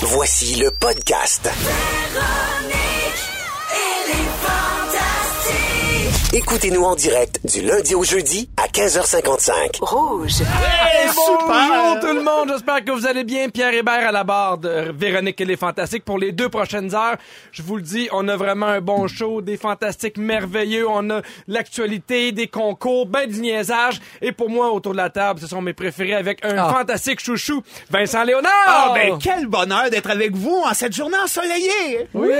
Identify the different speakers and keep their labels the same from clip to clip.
Speaker 1: Voici le podcast. Écoutez-nous en direct du lundi au jeudi à 15h55.
Speaker 2: Rouge.
Speaker 3: Hey,
Speaker 4: Bonjour tout le monde, j'espère que vous allez bien. Pierre Hébert à la barre de Véronique et les Fantastiques pour les deux prochaines heures. Je vous le dis, on a vraiment un bon show, des fantastiques merveilleux, on a l'actualité, des concours, ben du niaisage. Et pour moi, autour de la table, ce sont mes préférés avec un fantastique chouchou, Vincent
Speaker 3: Ah,
Speaker 4: Léonard!
Speaker 3: ben quel bonheur d'être avec vous en cette journée ensoleillée!
Speaker 4: oui!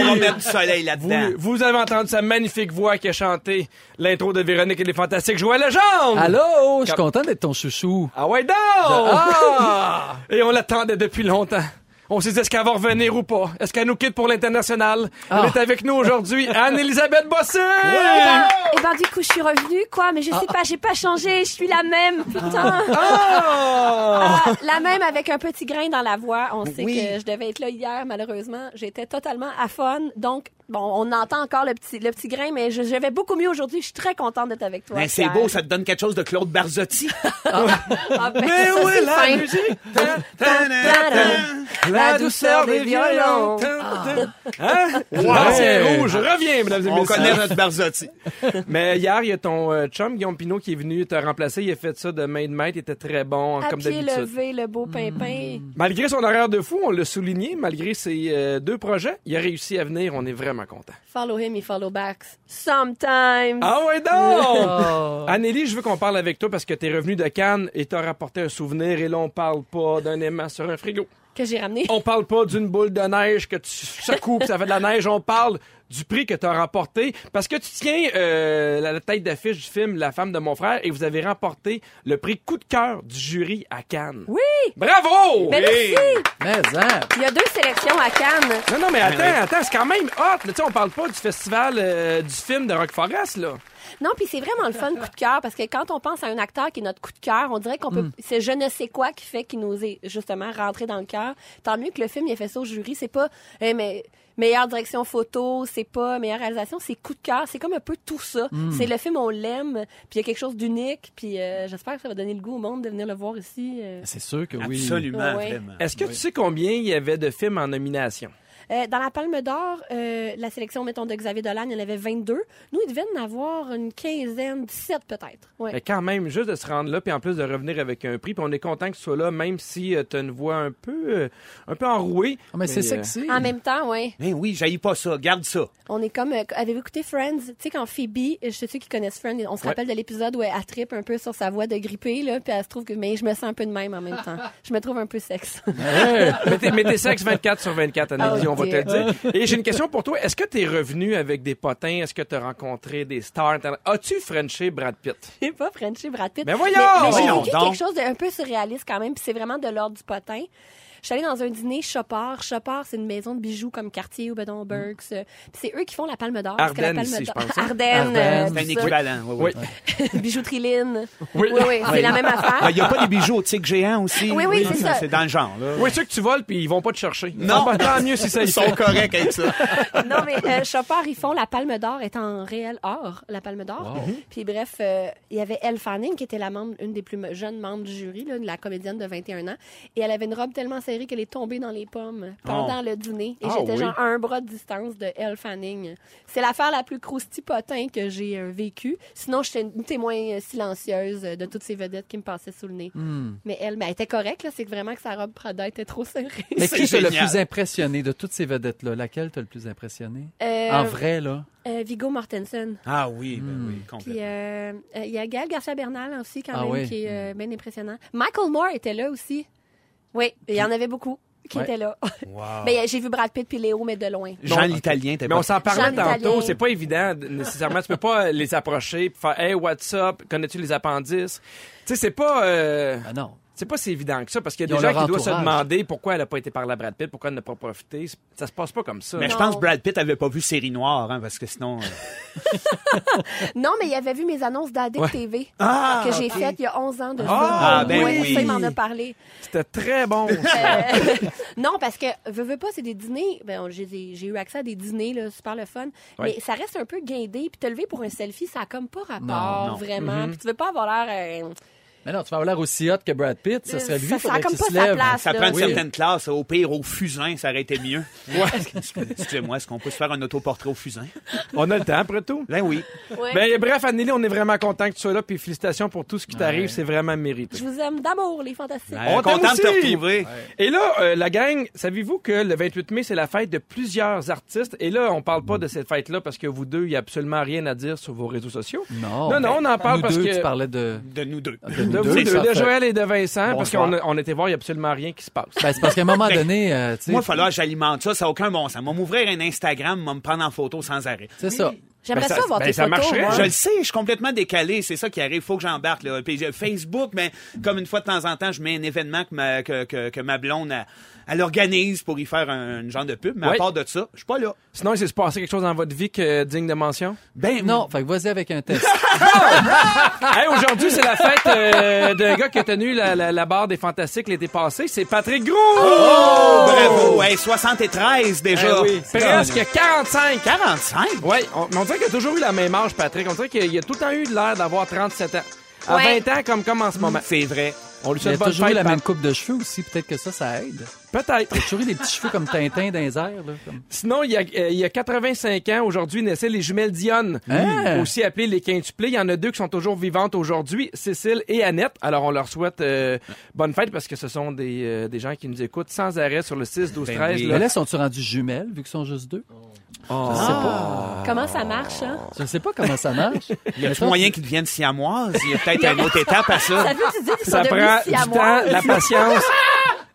Speaker 3: On va mettre du soleil
Speaker 4: Vous,
Speaker 3: là-dedans.
Speaker 4: vous avez entendu sa magnifique voix qui a chanté l'intro de Véronique et les Fantastiques. Joël Legendre!
Speaker 5: Allô, je suis content d'être ton chouchou.
Speaker 4: Ah ouais, donc! Et on l'attendait depuis longtemps. On s'est dit, est-ce qu'elle va revenir ou pas? Est-ce qu'elle nous quitte pour l'international? Elle est avec nous aujourd'hui, Anne-Elisabeth Bossé!
Speaker 6: Ben, et ben du coup, je suis revenue, quoi, mais je sais pas, j'ai pas changé, je suis la même, putain.
Speaker 4: Ah!
Speaker 6: Ah, la même avec un petit grain dans la voix. On sait
Speaker 3: Oui.
Speaker 6: que je devais être là hier, malheureusement. J'étais totalement à fun, donc bon, on entend encore le petit, le petit grain, mais je, je vais beaucoup mieux aujourd'hui. Je suis très contente d'être avec toi.
Speaker 3: Ben, c'est
Speaker 6: Pierre.
Speaker 3: beau, ça te donne quelque chose de Claude Barzotti.
Speaker 6: Ah, ben,
Speaker 4: Mais
Speaker 6: ça,
Speaker 4: où est
Speaker 6: c'est
Speaker 4: la
Speaker 6: fin.
Speaker 4: musique?
Speaker 6: Tadam.
Speaker 4: La douceur des violons! Ah. Hein? L'ancien rouge revient, mesdames et
Speaker 3: On
Speaker 4: messieurs!
Speaker 3: connaît notre Barzotti.
Speaker 4: Mais hier, il y a ton euh, chum, Guillaume Pinot, qui est venu te remplacer. Il a fait ça de main de maître. Il était très bon, hein,
Speaker 6: À
Speaker 4: comme
Speaker 6: pied
Speaker 4: d'habitude.
Speaker 6: levé, le beau pimpin.
Speaker 4: Malgré son horaire de fou, on l'a souligné, malgré ses euh, deux projets, il a réussi à venir, on est vraiment content.
Speaker 6: Follow him, he follow back. Sometimes.
Speaker 4: Ah ouais donc! Annélie, je veux qu'on parle avec toi parce que t'es revenu de Cannes et t'as rapporté un souvenir et là on parle pas d'un aimant sur un frigo.
Speaker 6: Que j'ai ramené.
Speaker 4: On parle pas d'une boule de neige que tu secoues pis ça fait de la neige, on parle du prix que t'as remporté parce que tu tiens euh, la la tête d'affiche du film La femme de mon frère et vous avez remporté le prix coup de cœur du jury à Cannes.
Speaker 6: Oui!
Speaker 4: Bravo!
Speaker 6: Mais
Speaker 4: Oui.
Speaker 3: Eh,
Speaker 6: merci!
Speaker 5: Mais hein,
Speaker 6: Il y a deux sélections à Cannes.
Speaker 4: Non, non, mais attends, attends, c'est quand même hot. là. Tu sais, on parle pas du festival euh, du film de Rock Forest, là.
Speaker 6: Non, puis c'est vraiment le fun coup de cœur parce que quand on pense à un acteur qui est notre coup de cœur, on dirait qu'on peut c'est je ne sais quoi qui fait qu'il nous est justement rentré dans le cœur. Tant mieux que le film ait fait ça au jury, c'est pas eh, mais meilleure direction photo, c'est pas meilleure réalisation, c'est coup de cœur, c'est comme un peu tout ça. C'est le film on l'aime, puis il y a quelque chose d'unique, puis euh, j'espère que ça va donner le goût au monde de venir le voir ici. euh.
Speaker 5: c'est sûr que oui.
Speaker 3: Absolument,
Speaker 6: Ouais.
Speaker 3: vraiment.
Speaker 4: Est-ce que tu sais combien il y avait de films en nomination?
Speaker 6: Euh, dans la Palme d'Or, euh, la sélection mettons de Xavier Dolan, il y en avait 22. Nous, ils devaient en avoir une quinzaine, 17 peut-être. Ouais.
Speaker 4: Mais Euh, quand même, juste de se rendre là, puis en plus de revenir avec un prix, puis on est content que tu sois là, même si tu as une voix un peu, euh, un peu enrouée.
Speaker 5: Ah, mais c'est
Speaker 4: Mais, euh,
Speaker 5: sexy.
Speaker 6: En même temps, ouais.
Speaker 3: Ben oui, j'aille pas ça, garde ça.
Speaker 6: On est comme. euh, Avez-vous écouté Friends? Tu sais, quand Phoebe, je sais ceux qui connaissent Friends, on se
Speaker 4: Ouais.
Speaker 6: rappelle de l'épisode où elle tripe un peu sur sa voix de grippée, là, puis elle se trouve que. Mais je me sens un peu de même en même temps. Je me trouve un peu sexe.
Speaker 4: euh, mais t'es- mais t'es sexe 24 sur 24, Annélie,
Speaker 5: Ah,
Speaker 6: Oh
Speaker 4: on va te
Speaker 6: dear.
Speaker 4: le dire. Et j'ai une question pour toi. Est-ce que t'es revenu avec des potins? Est-ce que t'as rencontré des stars? T'as- As-tu Frenché Brad Pitt?
Speaker 6: J'ai pas Frenchie Brad Pitt.
Speaker 4: Ben voyons!
Speaker 6: Mais, mais j'ai
Speaker 3: Voyons
Speaker 6: vécu
Speaker 3: donc.
Speaker 6: quelque chose d'un peu surréaliste quand même, puis c'est vraiment de l'ordre du potin. Je suis allée dans un dîner Chopard. Chopard, c'est une maison de bijoux comme Cartier ou
Speaker 3: Mm.
Speaker 6: Bedon Burks. euh, Puis c'est eux qui font la Palme d'Or. parce que la
Speaker 4: Ardennes
Speaker 6: Palme
Speaker 4: ici, je
Speaker 6: d'Or-
Speaker 4: pense.
Speaker 6: Ardennes. euh,
Speaker 5: Ardennes.
Speaker 3: C'est un
Speaker 6: tout ça.
Speaker 3: équivalent. Oui, oui.
Speaker 4: Oui.
Speaker 6: Bijouterie Lynn.
Speaker 4: Oui.
Speaker 6: Oui, oui, c'est la même affaire.
Speaker 3: Ah, Il y a pas des bijoux au tigre géant aussi?
Speaker 6: Oui, oui, c'est ça.
Speaker 3: C'est dans le genre, là.
Speaker 4: Oui, ceux que tu voles, puis ils vont pas te chercher.
Speaker 3: Non.
Speaker 4: Ah, bah, tant mieux si ça y
Speaker 3: Ils sont
Speaker 4: fait.
Speaker 3: corrects avec ça.
Speaker 6: non, mais euh, Chopard, ils font la Palme d'Or est en réel or, la Palme d'Or.
Speaker 4: Mhm.
Speaker 6: Puis bref, euh, il y avait Elle Fanning, qui était la membre, une des plus me- jeunes membres du jury, là, la comédienne de 21 ans. Et elle avait une robe tellement serrée qu'elle est tombée dans les pommes pendant le dîner. Et
Speaker 4: Ah
Speaker 6: j'étais
Speaker 4: oui.
Speaker 6: genre à un bras de distance de Elle Fanning. C'est l'affaire la plus croustipotin que j'ai euh, vécue. Sinon, j'étais une témoin euh, silencieuse euh, de toutes ces vedettes qui me passaient sous le nez.
Speaker 4: Hmm.
Speaker 6: Mais elle, ben, elle était correcte, là. C'est que vraiment que sa robe Prada était trop serrée.
Speaker 5: Mais
Speaker 3: C'est
Speaker 5: qui t'a le
Speaker 3: génial.
Speaker 5: plus impressionné de toutes ces vedettes-là? Laquelle t'a le plus impressionné?
Speaker 6: Euh,
Speaker 5: En vrai, là.
Speaker 6: euh, Vigo Mortensen.
Speaker 3: Ah oui, ben
Speaker 4: Hmm.
Speaker 3: oui,
Speaker 6: Puis
Speaker 3: complètement.
Speaker 6: euh, euh, il y a Gaël Garcia Bernal aussi, quand
Speaker 5: Ah
Speaker 6: même,
Speaker 5: oui.
Speaker 6: qui est euh, bien impressionnant. Michael Moore était là aussi. Oui, il y en avait beaucoup qui
Speaker 5: Ouais.
Speaker 6: étaient là.
Speaker 3: Wow.
Speaker 6: Mais euh, j'ai vu Brad Pitt puis Léo, mais de loin.
Speaker 3: Jean l'Italien, t'es
Speaker 4: euh, Mais on
Speaker 3: pas...
Speaker 4: s'en parlait
Speaker 6: Jean
Speaker 4: tantôt,
Speaker 6: Italien.
Speaker 4: c'est pas évident d- nécessairement. tu peux pas les approcher, pis faire Hey, what's up? Connais-tu les appendices? Tu sais, c'est pas. euh,
Speaker 5: Ah non.
Speaker 4: C'est pas si évident que ça, parce qu'il y a
Speaker 5: Ils
Speaker 4: des
Speaker 5: ont
Speaker 4: gens
Speaker 5: leur
Speaker 4: qui doivent se
Speaker 5: entourage.
Speaker 4: demander pourquoi elle a pas été par la Brad Pitt, pourquoi elle n'a pas profité. C'est- Ça se passe pas comme ça.
Speaker 3: Mais je
Speaker 6: Non.
Speaker 3: pense que Brad Pitt avait pas vu Série Noire, hein, parce que sinon... euh,
Speaker 6: Non, mais il avait vu mes annonces d'Addict TV
Speaker 3: Ah,
Speaker 6: que j'ai
Speaker 3: ok.
Speaker 6: faites il y a 11 ans de ça.
Speaker 4: Ah,
Speaker 3: ben
Speaker 6: Ouais,
Speaker 3: oui.
Speaker 6: Ça, il m'en a parlé.
Speaker 4: C'était très bon.
Speaker 6: Euh, non, parce que, veux, veux pas, c'est des dîners. Ben, on- j'ai des- j'ai eu accès à des dîners, là, super le fun.
Speaker 4: Ouais.
Speaker 6: Mais ça reste un peu guindé. Puis te lever pour un selfie, ça a comme pas rapport,
Speaker 5: Non,
Speaker 3: non.
Speaker 6: vraiment. Puis tu veux pas avoir l'air. euh,
Speaker 5: Mais non, tu vas avoir l'air aussi hot que Brad Pitt, ça serait lui
Speaker 6: Ça- ça
Speaker 5: faudrait
Speaker 6: a comme
Speaker 5: qu'il se
Speaker 6: pas sa
Speaker 5: lève.
Speaker 6: place.
Speaker 3: Ça prend une
Speaker 5: Oui.
Speaker 3: certaine classe. Au pire, au fusain, ça aurait été mieux. Excusez-moi, est-ce qu'on peut se faire un autoportrait au fusain?
Speaker 4: On a le temps, après tout.
Speaker 3: Ben oui.
Speaker 6: Ouais.
Speaker 4: Ben, bref, Anneli, on est vraiment content que tu sois là, puis félicitations pour tout ce qui t'arrive, c'est vraiment mérité.
Speaker 6: Je vous aime d'amour, les fantastiques.
Speaker 4: On
Speaker 3: Euh,
Speaker 4: t'aime
Speaker 3: content de te
Speaker 4: aussi.
Speaker 3: retrouver.
Speaker 4: Et là, euh, la gang, savez-vous que le 28 mai, c'est la fête de plusieurs artistes? Et là, on parle pas de cette fête-là parce que vous deux, il n'y a absolument rien à dire sur vos réseaux sociaux.
Speaker 5: Non. ben,
Speaker 4: Non, non, on en parle
Speaker 5: Nous
Speaker 4: parce
Speaker 5: deux,
Speaker 4: que-
Speaker 5: tu parlais de...
Speaker 3: De nous deux.
Speaker 5: de
Speaker 4: De
Speaker 5: nous
Speaker 4: vous
Speaker 5: deux,
Speaker 4: deux,
Speaker 5: ça
Speaker 4: de
Speaker 5: fait-
Speaker 4: Joël et de Vincent, parce
Speaker 3: Bonsoir.
Speaker 4: qu'on a- on était voir, il n'y a absolument rien qui se passe.
Speaker 5: Ben, c'est parce qu'à un moment donné, euh, tu sais,
Speaker 3: Moi, il falloir que j'alimente ça. Ça n'a aucun bon sens. Moi, m'ouvrir un Instagram, moi, me prendre en photo sans arrêt.
Speaker 5: c'est ça.
Speaker 6: J'aimerais
Speaker 4: Ben,
Speaker 6: ça,
Speaker 4: ça-
Speaker 6: avoir
Speaker 4: ben,
Speaker 6: tes
Speaker 4: ça
Speaker 6: photos. hein.
Speaker 4: marcherait.
Speaker 6: moi.
Speaker 3: Je le sais, je suis complètement décalé. C'est ça qui arrive. Faut que j'embarque. Là. Puis j'ai Facebook, mais comme une fois de temps en temps, je mets un événement que ma, que, que- que ma blonde elle, elle organise pour y faire un, une genre de pub. Mais à
Speaker 4: Ouais.
Speaker 3: part de ça, je suis pas là.
Speaker 4: Sinon, il s'est passé quelque chose dans votre vie que, digne de mention?
Speaker 3: Ben
Speaker 5: Non, fait que vas-y avec un test.
Speaker 4: Hey, aujourd'hui, c'est la fête euh, d'un gars qui a tenu la, la- la barre des fantastiques l'été passé. C'est Patrick Gros!
Speaker 3: Oh, bravo! Hey, 73 déjà.
Speaker 4: Eh oui, presque 45!
Speaker 3: 45?
Speaker 4: Oui, on, mais on dirait qu'il a toujours eu la même âge, Patrick. On dirait qu'il a tout le temps eu l'air d'avoir 37 ans. À
Speaker 6: Ouais.
Speaker 4: 20 ans, comme, comme en ce moment.
Speaker 3: C'est vrai.
Speaker 4: On lui
Speaker 5: Il a
Speaker 4: souhaite bonne
Speaker 5: toujours eu
Speaker 4: fête,
Speaker 5: la
Speaker 4: Pat.
Speaker 5: même coupe de cheveux aussi, peut-être que ça, ça aide.
Speaker 4: Peut-être.
Speaker 5: T'as toujours eu des petits cheveux comme Tintin dans les airs, là. comme-
Speaker 4: Sinon, il y a, euh, il y a 85 ans, aujourd'hui, naissaient les jumelles Dionne,
Speaker 3: Ah.
Speaker 5: Hein?
Speaker 4: aussi appelées les quintuplés. Il y en a deux qui sont toujours vivantes aujourd'hui, Cécile et Annette. Alors, on leur souhaite euh, bonne fête parce que ce sont des, euh, des gens qui nous écoutent sans arrêt sur le 6, 12,
Speaker 3: Ben
Speaker 4: 13.
Speaker 3: oui.
Speaker 4: là.
Speaker 5: Mais là, sont-tu rendus jumelles, vu qu'ils sont juste deux? Je sais pas.
Speaker 6: Comment ça marche, hein?
Speaker 5: Je sais pas comment ça marche.
Speaker 3: Il y a
Speaker 5: Mais
Speaker 3: tout
Speaker 5: ça,
Speaker 3: moyen qu'ils deviennent siamoises. Il y a peut-être une autre étape à ça.
Speaker 6: T'as vu, tu dis qu'ils sont
Speaker 4: Ça prend
Speaker 6: devenus si
Speaker 4: du
Speaker 6: à
Speaker 4: temps,
Speaker 6: moi.
Speaker 4: de la patience.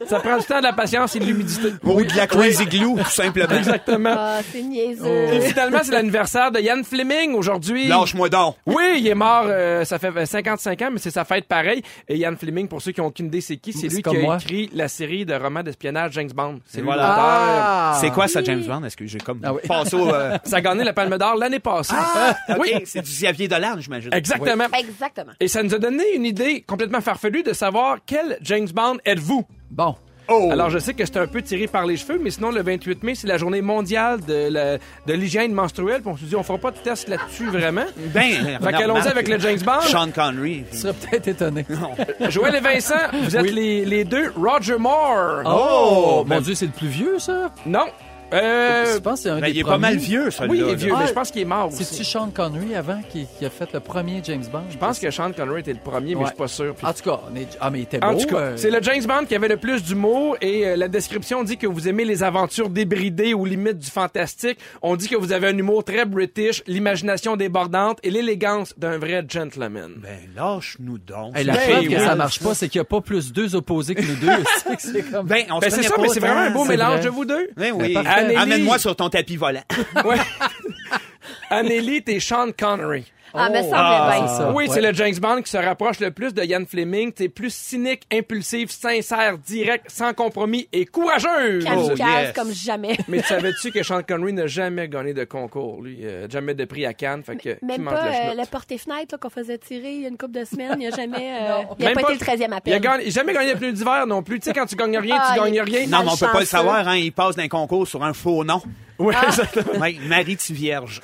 Speaker 4: Ça prend du temps, de la patience et de l'humidité.
Speaker 3: Ou de la crazy glue, tout simplement.
Speaker 4: Exactement.
Speaker 6: Ah, c'est
Speaker 4: Et
Speaker 6: niaiseux.
Speaker 4: finalement, c'est l'anniversaire de Yann Fleming aujourd'hui.
Speaker 3: Lâche-moi donc.
Speaker 4: Oui, il est mort, euh, ça fait 55 ans, mais c'est sa fête pareil. Et Yann Fleming, pour ceux qui n'ont aucune idée, c'est qui? C'est
Speaker 5: C'est
Speaker 4: lui qui
Speaker 5: comme
Speaker 4: a
Speaker 5: moi.
Speaker 4: écrit la série de romans d'espionnage James Bond. C'est lui
Speaker 3: voilà.
Speaker 4: l'auteur.
Speaker 5: Ah!
Speaker 3: C'est quoi ça, James Bond? Est-ce que j'ai comme
Speaker 5: Ah oui.
Speaker 3: passé au... euh,
Speaker 4: Ça a gagné la Palme d'Or l'année passée. Euh,
Speaker 3: OK,
Speaker 4: Oui,
Speaker 3: c'est du Xavier Dolan, j'imagine.
Speaker 4: exactement.
Speaker 6: Exactement.
Speaker 4: Et ça nous a donné une idée complètement farfelue de savoir quel James Bond êtes-vous.
Speaker 5: Bon.
Speaker 3: Oh!
Speaker 4: Alors, je sais que c'est un peu tiré par les cheveux, mais sinon, le 28 mai, c'est la journée mondiale de la- de l'hygiène menstruelle. Puis on se dit, on fera pas de test là-dessus vraiment.
Speaker 3: ben,
Speaker 4: Fait qu'allons-y avec le James Bond.
Speaker 3: Sean Connery. Ben,
Speaker 5: Tu serais peut-être étonné.
Speaker 4: Joël et Vincent, vous êtes les, les deux Roger Moore.
Speaker 5: Oh! Mon Dieu, c'est le plus vieux, ça?
Speaker 4: Non. Euh,
Speaker 5: Je pense que c'est un
Speaker 3: Ben,
Speaker 5: des
Speaker 3: il est
Speaker 5: premiers.
Speaker 3: pas mal vieux, celui-là.
Speaker 4: oui, il
Speaker 3: là.
Speaker 4: est vieux,
Speaker 5: Ah,
Speaker 4: mais je pense qu'il est mort aussi.
Speaker 5: C'est-tu Sean Connery avant qui, qui a fait le premier James Bond?
Speaker 4: Je pense que Sean Connery était le premier, mais
Speaker 5: Ouais.
Speaker 4: je suis pas sûr. Puis-
Speaker 5: En tout cas, on est- ah, mais il était beau.
Speaker 4: En tout cas,
Speaker 5: euh,
Speaker 4: c'est le James Bond qui avait le plus d'humour et euh, la description dit que vous aimez les aventures débridées ou limites du fantastique. On dit que vous avez un humour très british, l'imagination débordante et l'élégance d'un vrai gentleman.
Speaker 3: Ben, lâche-nous donc.
Speaker 5: hey, la
Speaker 4: Ben,
Speaker 5: preuve que
Speaker 4: oui.
Speaker 5: ça marche pas, c'est qu'il n'y a pas plus deux opposés que nous deux. C'est que c'est comme...
Speaker 3: Ben, on se
Speaker 4: Ben, c'est
Speaker 3: connaît
Speaker 4: ça,
Speaker 3: pas
Speaker 4: mais c'est
Speaker 3: autant.
Speaker 4: vraiment un beau
Speaker 5: c'est
Speaker 4: mélange
Speaker 5: vrai.
Speaker 4: de vous deux.
Speaker 3: Ben oui.
Speaker 5: Ben, parfait.
Speaker 3: Anneli. Amène-moi
Speaker 4: Anneli.
Speaker 3: sur ton tapis volant.
Speaker 4: Ouais. Anneli, t'es Sean Connery.
Speaker 6: Ah, mais ça
Speaker 3: Ah,
Speaker 6: me
Speaker 5: c'est
Speaker 6: bien.
Speaker 5: ça.
Speaker 4: oui,
Speaker 5: ouais.
Speaker 4: c'est le James Bond qui se rapproche le plus de Ian Fleming. T'es plus cynique, impulsif, sincère, direct, sans compromis et courageuse.
Speaker 3: Oh,
Speaker 6: Kamikaze
Speaker 3: yes.
Speaker 6: comme jamais.
Speaker 4: Mais tu savais-tu que Sean Connery n'a jamais gagné de concours, lui? Euh, jamais de prix à Cannes, fait que qui
Speaker 6: Même
Speaker 4: mange
Speaker 6: pas
Speaker 4: la
Speaker 6: euh,
Speaker 4: chenoute?
Speaker 6: le porte-fenêtre là, qu'on faisait tirer il y a une couple de semaines. Il n'a jamais. euh, il n'a
Speaker 4: Même
Speaker 6: pas,
Speaker 4: pas-
Speaker 6: été le 13e appel.
Speaker 4: Il a gagné- il a jamais gagné le pneu d'hiver non plus. Tu sais, quand tu gagnes rien,
Speaker 6: Ah,
Speaker 4: tu
Speaker 6: il-
Speaker 4: gagnes rien.
Speaker 3: Non, mais on peut pas le
Speaker 6: Malchanceux. Ah.
Speaker 3: savoir, hein. Il passe d'un concours sur un faux nom.
Speaker 4: Ouais, exactement.
Speaker 3: Ouais, Marie, tu vierge.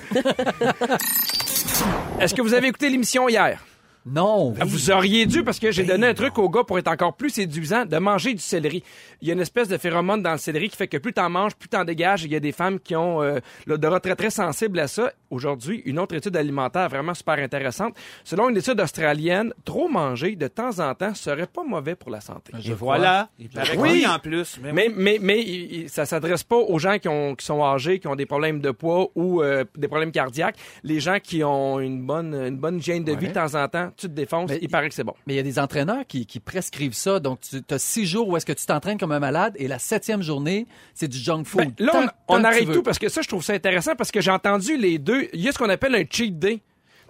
Speaker 4: Est-ce que vous avez écouté l'émission hier?
Speaker 5: Non.
Speaker 4: Ah, Vous auriez dû, parce que j'ai
Speaker 5: Ben
Speaker 4: donné un truc au gars pour être encore plus séduisant, de manger du céleri. Il y a une espèce de phéromone dans le céleri qui fait que plus t'en manges, plus t'en dégages. Il y a des femmes qui ont euh, l'odorat très, très sensible à ça. Aujourd'hui, une autre étude alimentaire vraiment super intéressante. Selon une étude australienne, trop manger de temps en temps serait pas mauvais pour la santé.
Speaker 5: Ah, Je
Speaker 3: Et
Speaker 5: crois.
Speaker 3: voilà. Il paraît que
Speaker 4: Oui.
Speaker 3: oui, en plus. Mais
Speaker 4: Mais, mais, mais il- il- ça s'adresse pas aux gens qui, ont, qui sont âgés, qui ont des problèmes de poids ou euh, des problèmes cardiaques. Les gens qui ont une bonne, une bonne hygiène de vie de temps en temps, tu te défonces,
Speaker 5: Mais
Speaker 4: il paraît que c'est bon.
Speaker 5: Mais il y a des entraîneurs qui, qui prescrivent ça. Donc, tu as six jours où est-ce que tu t'entraînes comme un malade et la septième journée, c'est du junk
Speaker 4: Ben,
Speaker 5: food.
Speaker 4: là,
Speaker 5: Tant-
Speaker 4: on-
Speaker 5: tant
Speaker 4: on,
Speaker 5: que tu
Speaker 4: arrête
Speaker 5: veux.
Speaker 4: tout parce que ça, je trouve ça intéressant parce que j'ai entendu les deux. Il y a ce qu'on appelle un cheat day.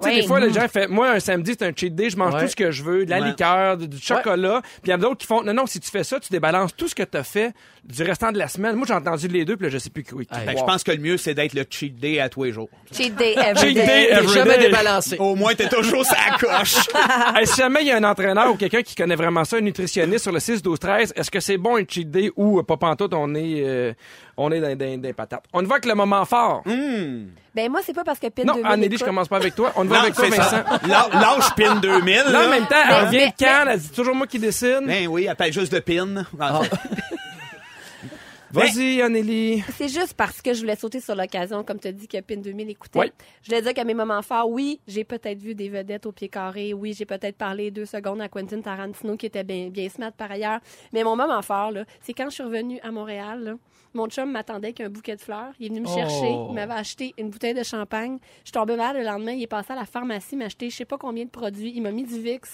Speaker 4: Tu sais,
Speaker 6: Oui.
Speaker 4: des fois, les gens font, moi, un samedi, c'est un cheat day, je mange
Speaker 5: Ouais.
Speaker 4: tout ce que je veux, de la
Speaker 3: Mm. Ouais.
Speaker 4: liqueur, du- du chocolat. Puis il y en a d'autres qui font, non, non, si tu fais ça, tu débalances tout ce que t'as fait du restant de la semaine. Moi, j'ai entendu les deux, puis là, je sais plus qui. qui
Speaker 3: Fait
Speaker 5: Hey.
Speaker 3: que
Speaker 4: croire.
Speaker 3: Ben, je pense que le mieux, c'est d'être le cheat day à tous les jours.
Speaker 6: Cheat day every
Speaker 4: Cheat
Speaker 6: day.
Speaker 4: day.
Speaker 5: T'es
Speaker 4: Every
Speaker 5: jamais
Speaker 4: day.
Speaker 5: débalancé.
Speaker 3: Au moins, t'es toujours sa coche.
Speaker 4: Hey, si jamais il y a un entraîneur ou quelqu'un qui connaît vraiment ça, un nutritionniste sur le 6, 12, 13, est-ce que c'est bon un cheat day ou euh, pas pantoute, on est, euh, on est dans, dans, dans les patates? On y va avec le moment fort.
Speaker 6: Ben moi, c'est pas parce que Pin
Speaker 4: Non,
Speaker 6: 2000
Speaker 4: Anneli,
Speaker 6: écoute-
Speaker 4: je commence pas avec toi. On te
Speaker 3: Non,
Speaker 4: va avec toi,
Speaker 3: c'est ça.
Speaker 4: Vincent.
Speaker 3: Lâ- Lâche Pin 2000.
Speaker 4: Là,
Speaker 3: là.
Speaker 4: en même temps, elle
Speaker 6: Mais-
Speaker 4: revient de
Speaker 6: Ben, mais-
Speaker 4: Cannes, elle dit toujours moi qui dessine.
Speaker 3: Ben oui, elle parle juste de Pin.
Speaker 4: Ah,
Speaker 3: Ah, ben,
Speaker 4: Vas-y, Anneli.
Speaker 6: C'est juste parce que je voulais sauter sur l'occasion, comme tu as dit, que PIN 2000 écoutait.
Speaker 4: Oui.
Speaker 6: Je voulais dire qu'à mes moments forts, oui, j'ai peut-être vu des vedettes au pied carré. Oui, j'ai peut-être parlé deux secondes à Quentin Tarantino, qui était bien, bien smart par ailleurs. Mais mon moment fort, là, c'est quand je suis revenue à Montréal. là, mon chum m'attendait avec un bouquet de fleurs. Il est venu me
Speaker 5: Oh.
Speaker 6: chercher. Il m'avait acheté une bouteille de champagne. Je suis tombée malade le lendemain. Il est passé à la pharmacie m'acheter je sais pas combien de produits. Il m'a mis du Vicks.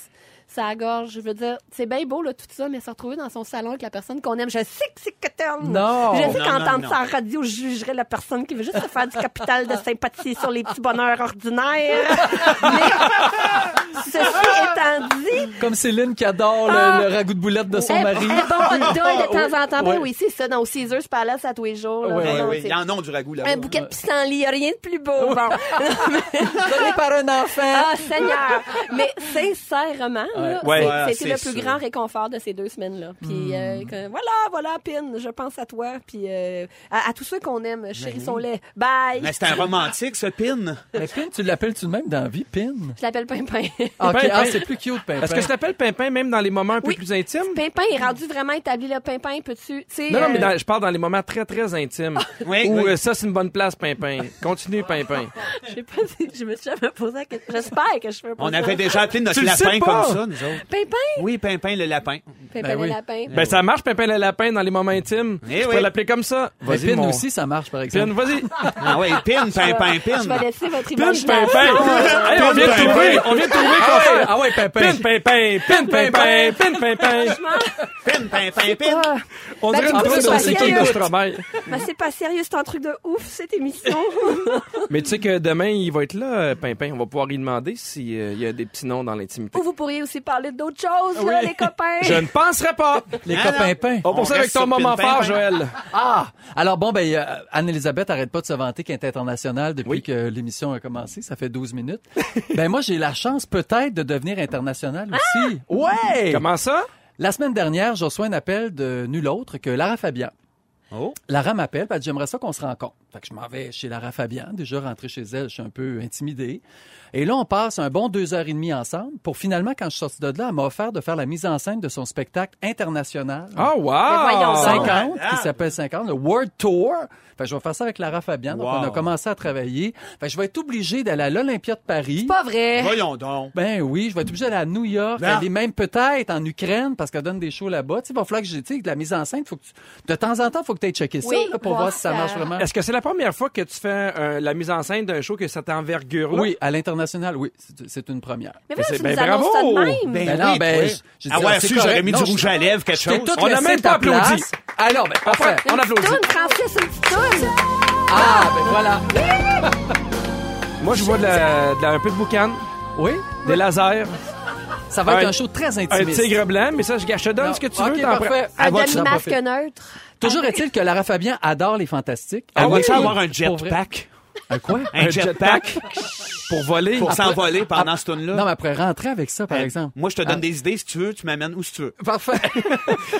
Speaker 6: Ça gorge. Je veux dire, c'est bien beau, là, tout ça, mais se retrouver dans son salon avec la personne qu'on aime, je sais que c'est que t'aimes.
Speaker 5: Non.
Speaker 6: Je
Speaker 3: Non,
Speaker 6: sais
Speaker 3: non,
Speaker 6: qu'entendre
Speaker 3: non.
Speaker 6: ça en radio, je jugerais la personne qui veut juste se faire du capital de sympathie sur les petits bonheurs ordinaires. Mais ceci étant dit,
Speaker 5: Comme Céline qui adore le,
Speaker 6: Ah!
Speaker 5: le ragoût de boulette de
Speaker 4: Eh,
Speaker 5: son
Speaker 6: un,
Speaker 5: mari.
Speaker 6: un bon hot dog de temps en temps. Ben
Speaker 5: Ouais.
Speaker 6: oui, c'est ça, dans au Caesars Palace à tous les jours. là.
Speaker 5: Ouais,
Speaker 6: Ben
Speaker 5: ouais,
Speaker 6: non,
Speaker 3: oui,
Speaker 6: c'est-
Speaker 3: il y en a du ragoût là-bas.
Speaker 6: Un bouquet de pissenlit, y a rien de plus beau. Bon.
Speaker 5: Donné par un enfant.
Speaker 6: Ah, Seigneur! Mais sincèrement, là,
Speaker 3: Ouais.
Speaker 6: c'est-
Speaker 3: Ouais,
Speaker 6: c'était le
Speaker 3: c'est
Speaker 6: plus
Speaker 3: sûr.
Speaker 6: grand réconfort de ces deux semaines-là.
Speaker 5: Hmm.
Speaker 6: Puis euh, que- voilà, voilà, Pin, je pense à toi. Puis euh, à, à tous ceux qu'on aime,
Speaker 3: Ben
Speaker 6: chérissons-les. Bye!
Speaker 3: Mais c'est un romantique, ce Pin.
Speaker 5: Mais Pin, tu l'appelles-tu de même dans la vie, Pin?
Speaker 6: Je l'appelle Pimpin.
Speaker 5: Ah, ok.
Speaker 4: Pimpin.
Speaker 5: Ah, c'est plus cute, Pimpin.
Speaker 4: Est-ce que je t'appelle Pimpin même dans les moments un peu
Speaker 6: Oui.
Speaker 4: plus intimes?
Speaker 6: Pimpin est rendu vraiment établi, là. Pimpin, peux-tu... tu sais,
Speaker 4: Non, non, mais
Speaker 6: euh, Ah.
Speaker 4: dans- je parle dans les moments très, très intimes.
Speaker 3: Oui,
Speaker 4: Où
Speaker 3: oui. Ben
Speaker 4: euh, ça, c'est une bonne place, Pimpin. Continue, Pimpin.
Speaker 6: Je sais pas si je me suis jamais posé la question. J'espère que je peux
Speaker 3: On avait déjà appelé notre
Speaker 4: Tu le sais
Speaker 3: lapin
Speaker 4: pas.
Speaker 3: comme ça, nous autres.
Speaker 6: Pimpin!
Speaker 3: Oui, Pimpin le lapin.
Speaker 6: Pimpin
Speaker 5: Ben
Speaker 6: le
Speaker 5: oui.
Speaker 6: lapin.
Speaker 4: Ben, ça marche, Pimpin le lapin, dans les moments intimes.
Speaker 3: Eh
Speaker 4: je
Speaker 3: oui.
Speaker 4: peux l'appeler comme ça.
Speaker 5: Mais Pin
Speaker 4: mon-
Speaker 5: aussi, ça marche, par
Speaker 4: Pin,
Speaker 5: exemple.
Speaker 4: vas-y.
Speaker 3: Ah oui, Pin, Pimpin, Pin.
Speaker 6: Je vais laisser votre
Speaker 4: Pin,
Speaker 6: imagination.
Speaker 4: Pimpin. Hey, on vient de
Speaker 3: Pimpin.
Speaker 4: trouver. On vient de trouver qu'on fait.
Speaker 5: Ah ouais, Pimpin.
Speaker 4: Pin, Pimpin. Pin, Pimpin. Pin, Pimpin.
Speaker 3: Pin, Pimpin, Pin.
Speaker 6: Ah,
Speaker 4: On
Speaker 6: Ben,
Speaker 4: dirait une
Speaker 6: tu
Speaker 4: trousse,
Speaker 6: sais,
Speaker 4: on
Speaker 6: c'est
Speaker 4: sait
Speaker 6: pas
Speaker 4: qui
Speaker 6: sérieux.
Speaker 4: est Stromae.
Speaker 6: ben, c'est pas sérieux, c'est un truc de ouf, cette émission.
Speaker 4: Mais tu sais que demain, il va être là, euh, Pimpin. On va pouvoir lui demander s'il euh, y a des petits noms dans l'intimité.
Speaker 6: Ou vous pourriez aussi parler d'autres choses, là, les copains.
Speaker 4: Je ne penserais pas.
Speaker 5: Les
Speaker 3: Ah,
Speaker 5: copains Pin.
Speaker 4: On poursuit
Speaker 3: reste
Speaker 4: avec ton
Speaker 3: sur
Speaker 4: moment
Speaker 3: Pimpin,
Speaker 4: fort,
Speaker 3: Pimpin.
Speaker 4: Joël.
Speaker 5: Ah! Alors bon, ben, euh, Anne-Elisabeth arrête pas de se vanter qu'elle est internationale depuis que l'émission a commencé. Ça fait 12 minutes. ben, moi, j'ai la chance peut-être de devenir internationale aussi. Ouais!
Speaker 4: Comment ça?
Speaker 5: La semaine dernière, je reçois un appel de nul autre que Lara Fabian.
Speaker 3: Oh.
Speaker 5: Lara m'appelle, puis elle dit, j'aimerais ça qu'on se rencontre. Fait que je m'en vais chez Lara Fabian. Déjà rentrée chez elle, je suis un peu intimidé. Et là, on passe un bon deux heures et demie ensemble pour finalement, quand je suis sorti de là, elle m'a offert de faire la mise en scène de son spectacle international.
Speaker 4: Ah,
Speaker 6: voyons
Speaker 4: wow!
Speaker 5: 50,
Speaker 6: donc.
Speaker 3: malade.
Speaker 5: qui s'appelle 50, le World Tour. Fait que je vais faire ça avec Lara Fabian. Donc,
Speaker 3: Wow.
Speaker 5: on a commencé à travailler. Fait que je vais être obligé d'aller à l'Olympia de Paris.
Speaker 6: Pas vrai.
Speaker 3: Eh. Voyons donc.
Speaker 5: Ben oui, je vais être obligé d'aller à New York,
Speaker 3: Non.
Speaker 5: aller même peut-être en Ukraine parce qu'elle donne des shows là-bas. Tu sais, il va falloir que j'ai, tu sais, de la mise en scène, faut que tu- de temps en temps, faut que tu ailles checker ça
Speaker 6: Oui,
Speaker 5: là, pour
Speaker 6: voir
Speaker 5: voir, si ça
Speaker 6: ça.
Speaker 5: marche vraiment.
Speaker 4: Est-ce que c'est la première fois que tu fais euh, la mise en scène d'un show que cette envergure
Speaker 5: Oui, à l'international, oui, c'est- c'est une première.
Speaker 6: Mais voilà,
Speaker 4: c'est-
Speaker 6: tu
Speaker 4: ben,
Speaker 6: nous annonces ça
Speaker 4: bravo.
Speaker 6: de même.
Speaker 5: Ben non,
Speaker 3: oui,
Speaker 5: ben,
Speaker 3: oui.
Speaker 5: je- je dis,
Speaker 3: Ah
Speaker 5: ah,
Speaker 3: ouais,
Speaker 5: c'est
Speaker 3: su, j'aurais
Speaker 5: correct.
Speaker 3: mis du
Speaker 5: Non,
Speaker 3: rouge
Speaker 5: je-
Speaker 3: à lèvres, quelque
Speaker 5: Je t'ai
Speaker 3: chose.
Speaker 5: tout
Speaker 3: On a
Speaker 5: laissé
Speaker 4: même
Speaker 5: ta
Speaker 4: pas applaudi.
Speaker 5: place. Alors, ben, parfait,
Speaker 6: Une
Speaker 5: on
Speaker 6: petite
Speaker 5: applaudit.
Speaker 6: toune, Francis, une petite toune.
Speaker 5: Ah, ben voilà.
Speaker 4: Moi, je vois de la- de la- un peu de boucan,
Speaker 5: Oui,
Speaker 4: des lasers,
Speaker 5: ça va être
Speaker 4: Un-
Speaker 5: un show très
Speaker 4: un
Speaker 5: intimiste.
Speaker 4: tigre blanc, mais ça, je gâche, je te donne
Speaker 5: Non,
Speaker 4: ce que tu
Speaker 5: ok,
Speaker 4: veux. t'en
Speaker 5: parfait.
Speaker 4: prends.
Speaker 5: Ah,
Speaker 6: Un
Speaker 5: vas-tu en
Speaker 6: demi-masque
Speaker 5: profiter?
Speaker 6: neutre.
Speaker 5: Toujours est-il que Lara Fabian adore les fantastiques.
Speaker 3: On
Speaker 5: Elle
Speaker 3: va-tu
Speaker 5: va-
Speaker 3: avoir un
Speaker 5: Ah Pour vrai.
Speaker 3: jetpack?
Speaker 5: Un quoi?
Speaker 3: Un jetpack
Speaker 4: Pour voler.
Speaker 3: pour
Speaker 4: Ah,
Speaker 3: s'envoler pendant ce
Speaker 5: Non,
Speaker 3: tune-là?
Speaker 5: mais après rentrer avec ça, par exemple. Ah.
Speaker 3: Moi, je te donne des idées si tu veux, tu m'amènes où si tu veux.
Speaker 5: Parfait.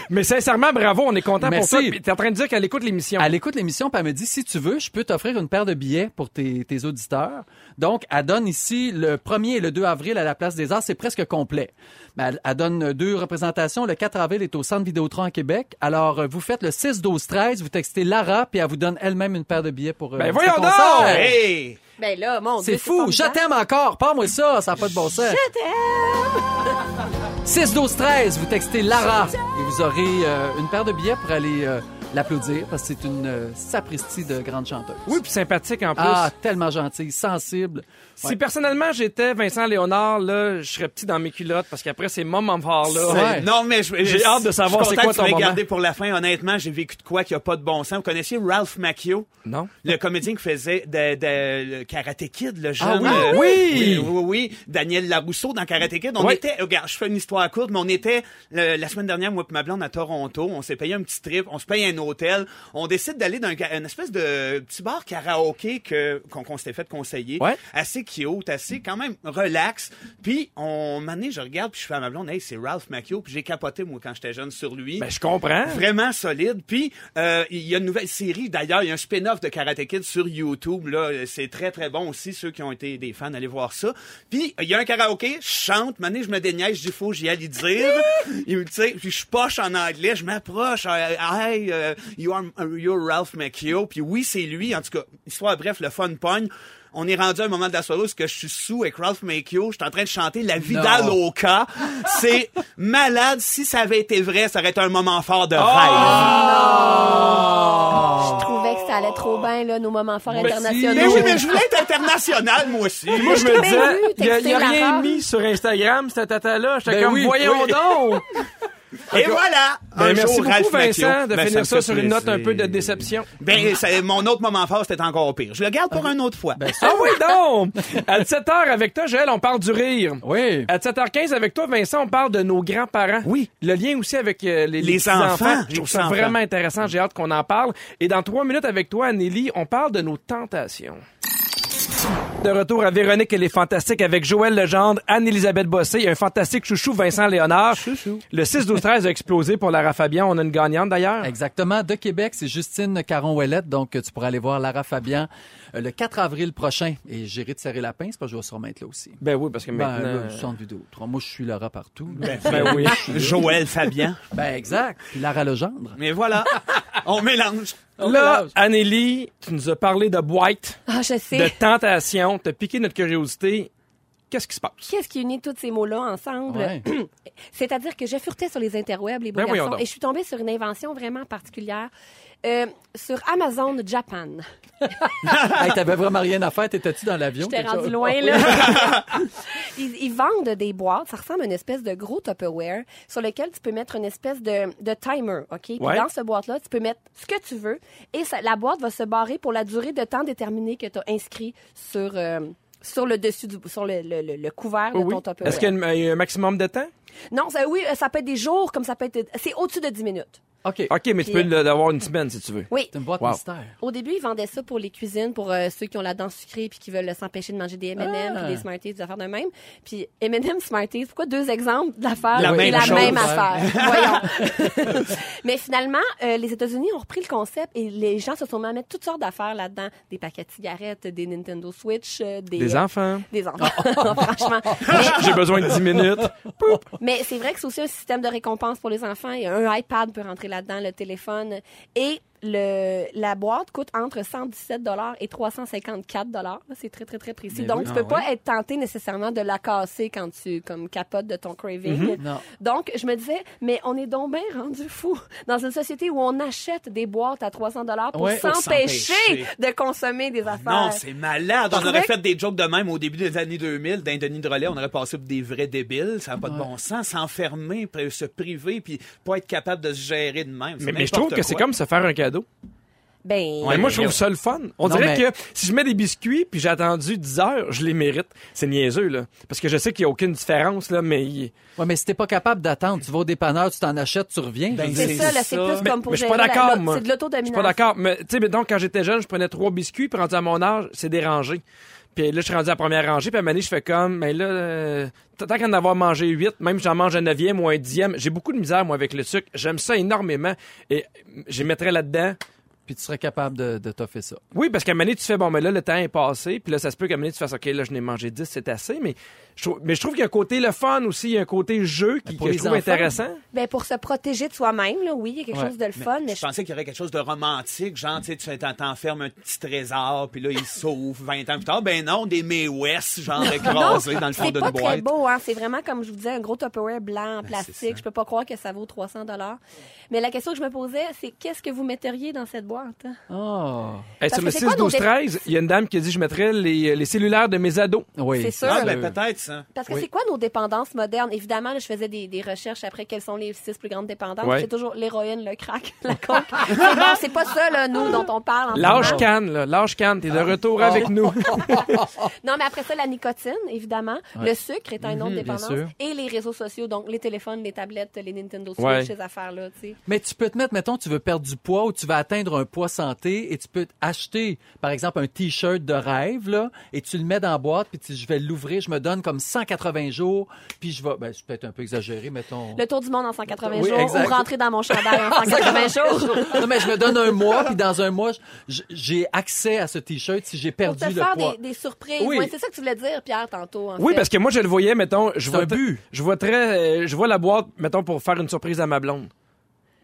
Speaker 4: Mais sincèrement, bravo, on est content
Speaker 5: Merci.
Speaker 4: pour ça. Puis T'es en train de dire qu'elle écoute l'émission.
Speaker 5: Elle écoute l'émission, puis elle me dit, si tu veux, je peux t'offrir une paire de billets pour tes, tes auditeurs. Donc, elle donne ici le 1er et le 2 avril à la Place des Arts. C'est presque complet. Mais elle, elle donne deux représentations. Le 4 avril est au Centre Vidéotron à Québec. Alors, euh, vous faites le 6, 12, 13, vous textez Lara, puis elle vous donne elle-même une paire de billets pour... euh,
Speaker 4: Ben
Speaker 5: ce
Speaker 4: voyons donc!
Speaker 5: concert.
Speaker 4: Hey!
Speaker 3: Hey!
Speaker 6: Ben là, mon Dieu.
Speaker 5: C'est fou! Je
Speaker 6: formidable.
Speaker 5: t'aime encore! Parle-moi ça! Ça n'a pas de bon sens!
Speaker 6: Je t'aime.
Speaker 5: 6, 12, 13, vous textez Lara et vous aurez euh, une paire de billets pour aller euh, l'applaudir parce que c'est une euh, sapristi de grande chanteuse.
Speaker 4: Oui, puis sympathique en plus.
Speaker 5: Ah, tellement gentille, sensible.
Speaker 4: Si personnellement j'étais Vincent Léonard, là, je serais petit dans mes culottes parce qu'après ces moments forts là.
Speaker 5: Ouais.
Speaker 3: C'est- Non, mais je-
Speaker 4: J'ai
Speaker 3: je-
Speaker 4: hâte de savoir
Speaker 3: je suis
Speaker 4: c'est quoi
Speaker 3: content que tu
Speaker 4: ton
Speaker 3: m'aies
Speaker 4: moment.
Speaker 3: gardé pour la fin. Honnêtement, j'ai vécu de quoi qui a pas de bon sens. Vous connaissiez Ralph Macchio?
Speaker 4: Non.
Speaker 3: Le comédien qui faisait de, de- le Karate Kid, le jeune.
Speaker 5: Ah oui,
Speaker 3: euh,
Speaker 4: oui!
Speaker 3: oui, oui, oui. Daniel Larousseau dans Karate Kid. On
Speaker 4: Oui.
Speaker 3: était, euh, regarde, je fais une histoire courte, mais on était, le- la semaine dernière, moi et ma blonde à Toronto, on s'est payé un petit trip, on se paye un un hôtel. On décide d'aller dans un, ga- une espèce de petit bar karaoké que, qu'on, qu'on s'était fait conseiller.
Speaker 5: Ouais.
Speaker 3: Assez cute, assez quand même relax. Puis, on, un moment donné, je regarde, puis je fais à ma blonde, hey, c'est Ralph Macchio. Puis j'ai capoté, moi, quand j'étais jeune, sur lui
Speaker 4: Ben, je comprends.
Speaker 3: vraiment solide. Puis euh, il y a une nouvelle série d'ailleurs, il y a un spin-off de Karate Kid sur YouTube là, c'est très très bon aussi ceux qui ont été des fans allez voir ça. Puis il y a un karaoké, je chante, mané je me déniaise, je dis faut j'y allais dire. Il me- tu sais, puis je poche en anglais, je m'approche, euh, hey euh, you are you're Ralph Macchio. Puis oui, c'est lui en tout cas. Histoire bref, le fun pogne. On est rendu à un moment de la soirée où est-ce que je suis sous avec Ralph Macchio, je suis en train de chanter La Vida
Speaker 5: Non.
Speaker 3: Loca. C'est malade. Si ça avait été vrai, ça aurait été un moment fort de rêve.
Speaker 6: Je trouvais que ça allait trop bien, là, nos moments forts
Speaker 4: Merci.
Speaker 6: internationaux.
Speaker 3: Mais oui, mais je voulais être international, moi aussi.
Speaker 4: Moi, je me
Speaker 6: t'ai bien vu,
Speaker 4: disais,
Speaker 6: t'as
Speaker 4: il n'y
Speaker 6: écouté
Speaker 4: a,
Speaker 6: la
Speaker 4: rien
Speaker 6: phrase.
Speaker 4: mis sur Instagram, cette tata-là. J'étais
Speaker 5: Ben
Speaker 4: comme,
Speaker 5: oui,
Speaker 4: voyons
Speaker 5: oui.
Speaker 4: donc!
Speaker 3: Et voilà!
Speaker 4: Ben,
Speaker 3: Un
Speaker 4: merci
Speaker 3: jour,
Speaker 4: beaucoup,
Speaker 3: Ralph
Speaker 4: Vincent, de
Speaker 3: Macchio. Ben, ça me
Speaker 4: finir ça
Speaker 3: fait
Speaker 4: sur une note un
Speaker 3: plaisir.
Speaker 4: peu de déception.
Speaker 3: Ben, ça- mon autre moment fort, c'était encore pire. Je le garde pour un autre fois.
Speaker 4: Ah oui, donc! À 17h, avec toi, Joël, on parle du rire.
Speaker 5: Oui.
Speaker 4: À 7h15, avec toi, Vincent, on parle de nos grands-parents.
Speaker 3: Oui.
Speaker 4: Le lien aussi avec euh, les,
Speaker 3: Les
Speaker 4: petits
Speaker 3: enfants,
Speaker 4: Je
Speaker 3: les
Speaker 4: trouve ça
Speaker 3: petits-enfants.
Speaker 4: vraiment intéressant. J'ai hâte qu'on en parle. Et dans trois minutes, avec toi, Anneli, on parle de nos tentations. De retour à Véronique et les Fantastiques avec Joël Legendre, Anne-Elisabeth Bossé et un fantastique chouchou, Vincent Léonard. Le 6-12-13 a explosé pour Lara Fabian. On a une gagnante d'ailleurs.
Speaker 5: Exactement. De Québec, c'est Justine Caron-Ouellette. Donc, tu pourras aller voir Lara Fabian euh, le 4 avril prochain. Et j'irai te serrer la pince parce que je vais sûrement être là aussi.
Speaker 4: Ben oui, parce que
Speaker 5: Ben,
Speaker 4: maintenant...
Speaker 5: là, sans doute d'autre. Moi, je suis Lara partout. là.
Speaker 3: Ben,
Speaker 4: Ben oui.
Speaker 3: Joël Fabien.
Speaker 5: Ben, exact. Puis Lara Legendre.
Speaker 3: Mais voilà. On mélange.
Speaker 4: Là, Anneli, tu nous as parlé de White,
Speaker 6: Ah, je
Speaker 4: de
Speaker 6: sais.
Speaker 4: tentation, t'as piqué notre curiosité. Qu'est-ce qui se passe?
Speaker 6: Qu'est-ce qui unit tous ces mots-là ensemble?
Speaker 5: Ouais.
Speaker 6: C'est-à-dire que j'ai furté sur les interwebs, les beaux
Speaker 4: Ben voyons
Speaker 6: garçons,
Speaker 4: donc.
Speaker 6: et je suis tombée sur une invention vraiment particulière. Euh, sur Amazon Japan.
Speaker 4: Oh,
Speaker 5: hey, t'avais vraiment rien à faire. T'étais-tu dans l'avion?
Speaker 6: J'étais
Speaker 5: quelque
Speaker 6: rendu
Speaker 5: chose?
Speaker 6: loin, là. ils, ils vendent des boîtes. Ça ressemble à une espèce de gros Tupperware sur lequel tu peux mettre une espèce de, de timer, OK? Puis
Speaker 4: Ouais.
Speaker 6: dans ce boîte-là, tu peux mettre ce que tu veux et ça- la boîte va se barrer pour la durée de temps déterminée que tu as inscrit sur... euh, sur le dessus du sur le, le- le- le couvert de
Speaker 4: Oui.
Speaker 6: ton Tupperware.
Speaker 4: Est-ce qu'il y a un- il y a un maximum de temps?
Speaker 6: Non, ça, oui, euh, ça peut être des jours comme ça peut être c'est au-dessus de 10 minutes.
Speaker 5: OK.
Speaker 4: OK, mais tu peux
Speaker 6: Puis, euh,
Speaker 4: le- l'avoir une semaine si tu veux.
Speaker 6: Oui.
Speaker 5: C'est une boîte
Speaker 4: Wow.
Speaker 5: mystère.
Speaker 6: Au début, ils vendaient ça pour les cuisines, pour euh, ceux qui ont la dent sucrée puis qui veulent s'empêcher de manger des M&M
Speaker 5: Ah.
Speaker 6: puis des Smarties, des affaires de même. Puis M&M, Smarties, pourquoi deux exemples d'affaires
Speaker 3: La
Speaker 6: et
Speaker 3: même
Speaker 6: la
Speaker 3: chose.
Speaker 6: même affaire Voyons. Mais finalement, euh, les États-Unis ont repris le concept et les gens se sont mis à mettre toutes sortes d'affaires là-dedans, des paquets de cigarettes, des Nintendo Switch, euh, des
Speaker 4: Des enfants.
Speaker 6: des enfants. Franchement,
Speaker 4: J'ai besoin de 10 minutes. Poup.
Speaker 6: mais c'est vrai que c'est aussi un système de récompense pour les enfants. Et un iPad peut rentrer là-dedans, le téléphone. Et le, la boîte coûte entre 117 et 354 Là, C'est très, très, très précis.
Speaker 5: Mais
Speaker 6: Donc,
Speaker 5: oui.
Speaker 6: tu
Speaker 5: Ah
Speaker 6: peux pas être tenté nécessairement de la casser quand tu comme capotes de ton
Speaker 5: Mhm.
Speaker 6: craving.
Speaker 5: Non.
Speaker 6: Donc, je me disais, mais on est donc bien rendu fou dans une société où on achète des boîtes à 300 pour
Speaker 5: Ouais, pour
Speaker 6: s'empêcher
Speaker 3: s'empêcher.
Speaker 6: de consommer des affaires.
Speaker 3: Non, c'est malade. On
Speaker 6: Parfait.
Speaker 3: aurait fait des jokes de même au début des années 2000. D'un Denis de Relais, on aurait passé pour des vrais débiles. Ça n'a pas de bon sens. S'enfermer, pr- se priver, puis pas être capable de se gérer de même. C'est
Speaker 4: Mais, mais je
Speaker 3: n'importe
Speaker 4: trouve que c'est
Speaker 3: quoi.
Speaker 4: comme se faire un cadeau.
Speaker 6: Ben,
Speaker 4: Mais
Speaker 3: Ouais,
Speaker 4: moi,
Speaker 3: mais
Speaker 4: je trouve
Speaker 3: regarde.
Speaker 4: ça le fun. On
Speaker 5: Non,
Speaker 4: dirait
Speaker 5: mais-
Speaker 4: que si je mets des biscuits puis j'ai attendu 10 heures, je les mérite. C'est niaiseux, là. Parce que je sais qu'il n'y a aucune différence, là, mais. il-
Speaker 5: Ouais, mais si t'es pas capable d'attendre, tu vas au dépanneur, tu t'en achètes, tu reviens.
Speaker 3: Ben,
Speaker 5: Je veux dire,
Speaker 6: c'est ça, là, c'est
Speaker 3: ça.
Speaker 6: plus
Speaker 3: Mais-
Speaker 6: comme pour
Speaker 4: mais je suis pas
Speaker 6: gérer la-
Speaker 4: d'accord,
Speaker 6: la-
Speaker 4: moi.
Speaker 6: C'est de
Speaker 4: Je suis
Speaker 6: l'autodomination.
Speaker 4: pas d'accord. Mais, tu sais, mais donc, quand j'étais jeune, je prenais trois biscuits, puis rendu à mon âge, c'est dérangé. Puis là, je suis rendu à la première rangée, puis à un moment donné, je fais comme, mais là, euh, tant qu'en avoir mangé huit, même si j'en mange un neuvième ou un dixième, j'ai beaucoup de misère, moi, avec le sucre. J'aime ça énormément. Et euh, j'y mettrais là-dedans.
Speaker 5: Puis tu serais capable de, de t'offrir ça.
Speaker 4: Oui, parce qu'à un moment donné, tu fais, bon, mais là, le temps est passé, puis là, ça se peut qu'à un moment donné, tu fasses, OK, là, je n'ai mangé dix, c'est assez. Mais je trouve, mais je trouve qu'il y a un côté le fun aussi, il y a un côté jeu qui,
Speaker 5: Ben, pour
Speaker 4: que je
Speaker 5: les
Speaker 4: trouve
Speaker 5: enfants.
Speaker 4: intéressant.
Speaker 6: Ben, pour se protéger de soi-même, là, oui, il y a quelque
Speaker 5: Ouais.
Speaker 6: chose de le fun, mais
Speaker 3: Je pensais qu'il y aurait quelque chose de romantique, genre, tu sais, tu t'en- t'enfermes un petit trésor, puis là, il s'ouvre 20 ans plus tard. Ben non, des May West, genre, écrasés dans le fond
Speaker 6: C'est
Speaker 3: d'une
Speaker 6: pas
Speaker 3: boîte. Ben,
Speaker 6: très beau, hein. C'est vraiment, comme je vous disais, un gros Tupperware blanc en plastique.
Speaker 3: ça.
Speaker 6: je peux pas croire que ça vaut 300 dollars. Mais la question que je me posais, c'est qu'est-ce que vous metteriez dans cette boîte. hein.
Speaker 5: Ah.
Speaker 4: Hey, sur le
Speaker 6: Parce que c'est quoi nos
Speaker 4: 6-12-13, il y a une dame qui a dit Je mettrais les, les cellulaires de mes ados.
Speaker 5: Oui.
Speaker 6: C'est sûr.
Speaker 3: Ah,
Speaker 6: Euh,
Speaker 3: ben peut-être ça.
Speaker 6: Parce que
Speaker 4: Oui.
Speaker 6: c'est quoi nos dépendances modernes? Évidemment, là, je faisais des, des recherches après quelles sont les six plus grandes dépendances.
Speaker 4: Ouais.
Speaker 6: C'est toujours l'héroïne, le crack, la coke. c'est bon, c'est pas ça, là, nous, dont on parle. en ce
Speaker 4: Lâche
Speaker 6: moment.
Speaker 4: canne, là. Lâche canne,
Speaker 6: Ah.
Speaker 4: t'es de retour
Speaker 6: Oh.
Speaker 4: avec nous.
Speaker 6: Non, mais après ça, la nicotine, évidemment. Le sucre est
Speaker 3: Mhm,
Speaker 6: un autre dépendance.
Speaker 5: bien sûr.
Speaker 6: Et les réseaux sociaux, donc les téléphones, les tablettes, les Nintendo Switch,
Speaker 4: Ouais.
Speaker 6: ces affaires-là, tu sais.
Speaker 5: Mais tu peux te mettre, mettons, tu veux perdre du poids ou tu vas atteindre un poids santé et tu peux acheter, par exemple, un T-shirt de rêve, là, et tu le mets dans la boîte, puis tu dis, je vais l'ouvrir, je me donne comme 180 jours, puis je vais, ben, c'est peut-être un peu exagéré, mettons.
Speaker 6: Le tour du monde en 180
Speaker 5: Oui,
Speaker 6: jours
Speaker 5: exact.
Speaker 6: ou rentrer dans mon chandail en 180 jours.
Speaker 5: non, mais je me donne un mois, puis dans un mois, j- j'ai accès à ce T-shirt si j'ai
Speaker 6: Pour
Speaker 5: perdu
Speaker 6: te
Speaker 5: le
Speaker 6: faire
Speaker 5: poids.
Speaker 6: des, des surprises.
Speaker 5: Oui.
Speaker 6: Ouais, c'est ça que tu voulais dire, Pierre, tantôt. En
Speaker 4: Oui,
Speaker 6: fait.
Speaker 4: parce que moi, je le voyais, mettons, je
Speaker 5: C'est
Speaker 4: vois,
Speaker 5: un but.
Speaker 4: je vois très, euh, je vois la boîte, mettons, pour faire une surprise à ma blonde.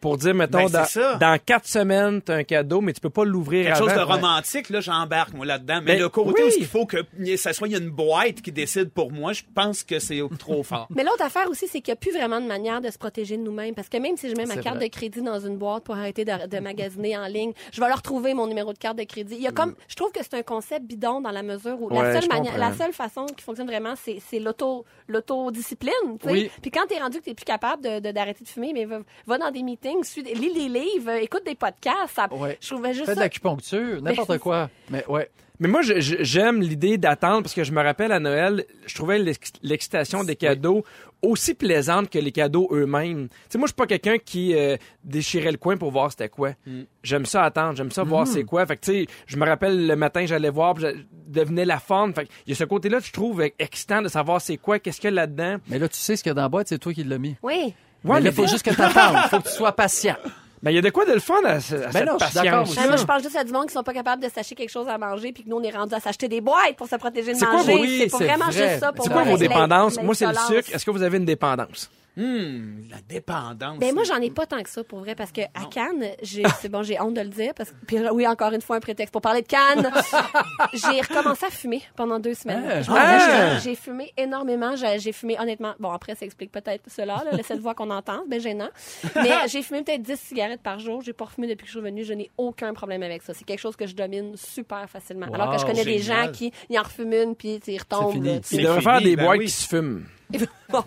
Speaker 4: Pour dire, mettons,
Speaker 3: Ben, c'est ça.
Speaker 4: dans, dans quatre semaines, t'as un cadeau, mais tu peux pas l'ouvrir
Speaker 3: Quelque
Speaker 4: avant.
Speaker 3: chose de
Speaker 4: Ouais.
Speaker 3: romantique, là, j'embarque, moi, là-dedans. Mais
Speaker 4: Ben,
Speaker 3: le côté
Speaker 4: oui.
Speaker 3: où il faut que ça soit une boîte qui décide pour moi, je pense que c'est trop fort.
Speaker 6: Mais l'autre affaire aussi, c'est qu'il n'y a plus vraiment de manière de se protéger de nous-mêmes. Parce que même si je mets ma
Speaker 5: C'est
Speaker 6: carte
Speaker 5: vrai.
Speaker 6: de crédit dans une boîte pour arrêter de, de magasiner en ligne, je vais leur trouver mon numéro de carte de crédit. Il
Speaker 5: Mm.
Speaker 6: y a comme, je trouve que c'est un concept bidon dans la mesure où
Speaker 4: Ouais,
Speaker 6: la,
Speaker 4: je
Speaker 6: seule manière-
Speaker 4: comprends.
Speaker 6: la seule façon qui fonctionne vraiment, c'est c'est l'auto- l'autodiscipline. tu sais.
Speaker 5: Oui.
Speaker 6: Puis quand tu es rendu que tu n'es plus capable d'arrêter de, d'arrêter de fumer, mais va, va dans des meetings, suis, des- lis des livres, euh, écoute des podcasts. ça-
Speaker 5: Ouais.
Speaker 6: Je trouvais juste
Speaker 5: Fais de
Speaker 6: ça. Ben,
Speaker 5: l'acupuncture, n'importe quoi. Mais ouais.
Speaker 4: Mais moi, je- je- j'aime l'idée d'attendre parce que je me rappelle à Noël, je trouvais l'ex- l'excitation des cadeaux aussi plaisante que les cadeaux eux-mêmes. Tu sais, moi, je suis pas quelqu'un qui euh, déchirait le coin pour voir c'était quoi.
Speaker 5: Hmm.
Speaker 4: J'aime ça attendre, j'aime ça voir c'est quoi. Fait que, tu sais, je me rappelle le matin, j'allais voir, puis je devenais la forme. Fait que, il y a ce côté-là que je trouve euh, excitant de savoir c'est quoi, qu'est-ce qu'il y a là-dedans.
Speaker 5: Mais là, tu sais ce qu'il y a dans la boîte, c'est toi qui l'as mis.
Speaker 6: Oui.
Speaker 5: mais là,
Speaker 4: mais
Speaker 5: il faut juste que t'attendes. Il faut que tu sois patient.
Speaker 4: Mais Ben, il y a de quoi de le fun à, ce- à cette
Speaker 5: Ben non, je suis d'accord
Speaker 4: patience.
Speaker 5: aussi.
Speaker 6: Mais moi, je parle juste à du monde qui sont pas capables de s'acheter quelque chose à manger, puis que nous, on est rendu à s'acheter des boîtes pour se protéger de
Speaker 4: C'est quoi
Speaker 6: manger.
Speaker 5: vos- oui,
Speaker 6: c'est pas
Speaker 5: c'est
Speaker 6: vraiment
Speaker 5: vrai.
Speaker 6: juste ça pour
Speaker 5: C'est
Speaker 4: C'est quoi
Speaker 5: Ouais.
Speaker 4: vos
Speaker 5: La-
Speaker 4: dépendances? Moi, c'est le
Speaker 6: l'insolence.
Speaker 4: sucre. Est-ce que vous avez une dépendance?
Speaker 3: Hum, la dépendance.
Speaker 6: Ben moi j'en ai pas tant que ça pour vrai parce que à Cannes j'ai c'est bon j'ai honte de le dire parce que puis oui encore une fois un prétexte pour parler de Cannes j'ai recommencé à fumer pendant deux semaines
Speaker 5: Ah.
Speaker 6: Je m'en vais,
Speaker 4: Ah.
Speaker 6: j'ai- j'ai fumé énormément j'ai j'ai fumé honnêtement bon après ça explique peut-être cela là, le- cette voix qu'on entend ben gênant mais j'ai fumé peut-être 10 cigarettes par jour j'ai pas refumé depuis que je suis revenue je n'ai aucun problème avec ça c'est quelque chose que je domine super facilement alors que je
Speaker 5: Wow,
Speaker 6: connais des
Speaker 3: génial.
Speaker 6: gens qui y en refument une puis tu sais, ils retombent
Speaker 5: fini.
Speaker 6: là, tu sais.
Speaker 4: Il
Speaker 3: C'est
Speaker 4: devrait
Speaker 3: fini,
Speaker 4: faire des
Speaker 3: ben
Speaker 4: boîtes
Speaker 3: oui.
Speaker 4: qui se fument.
Speaker 6: Bon,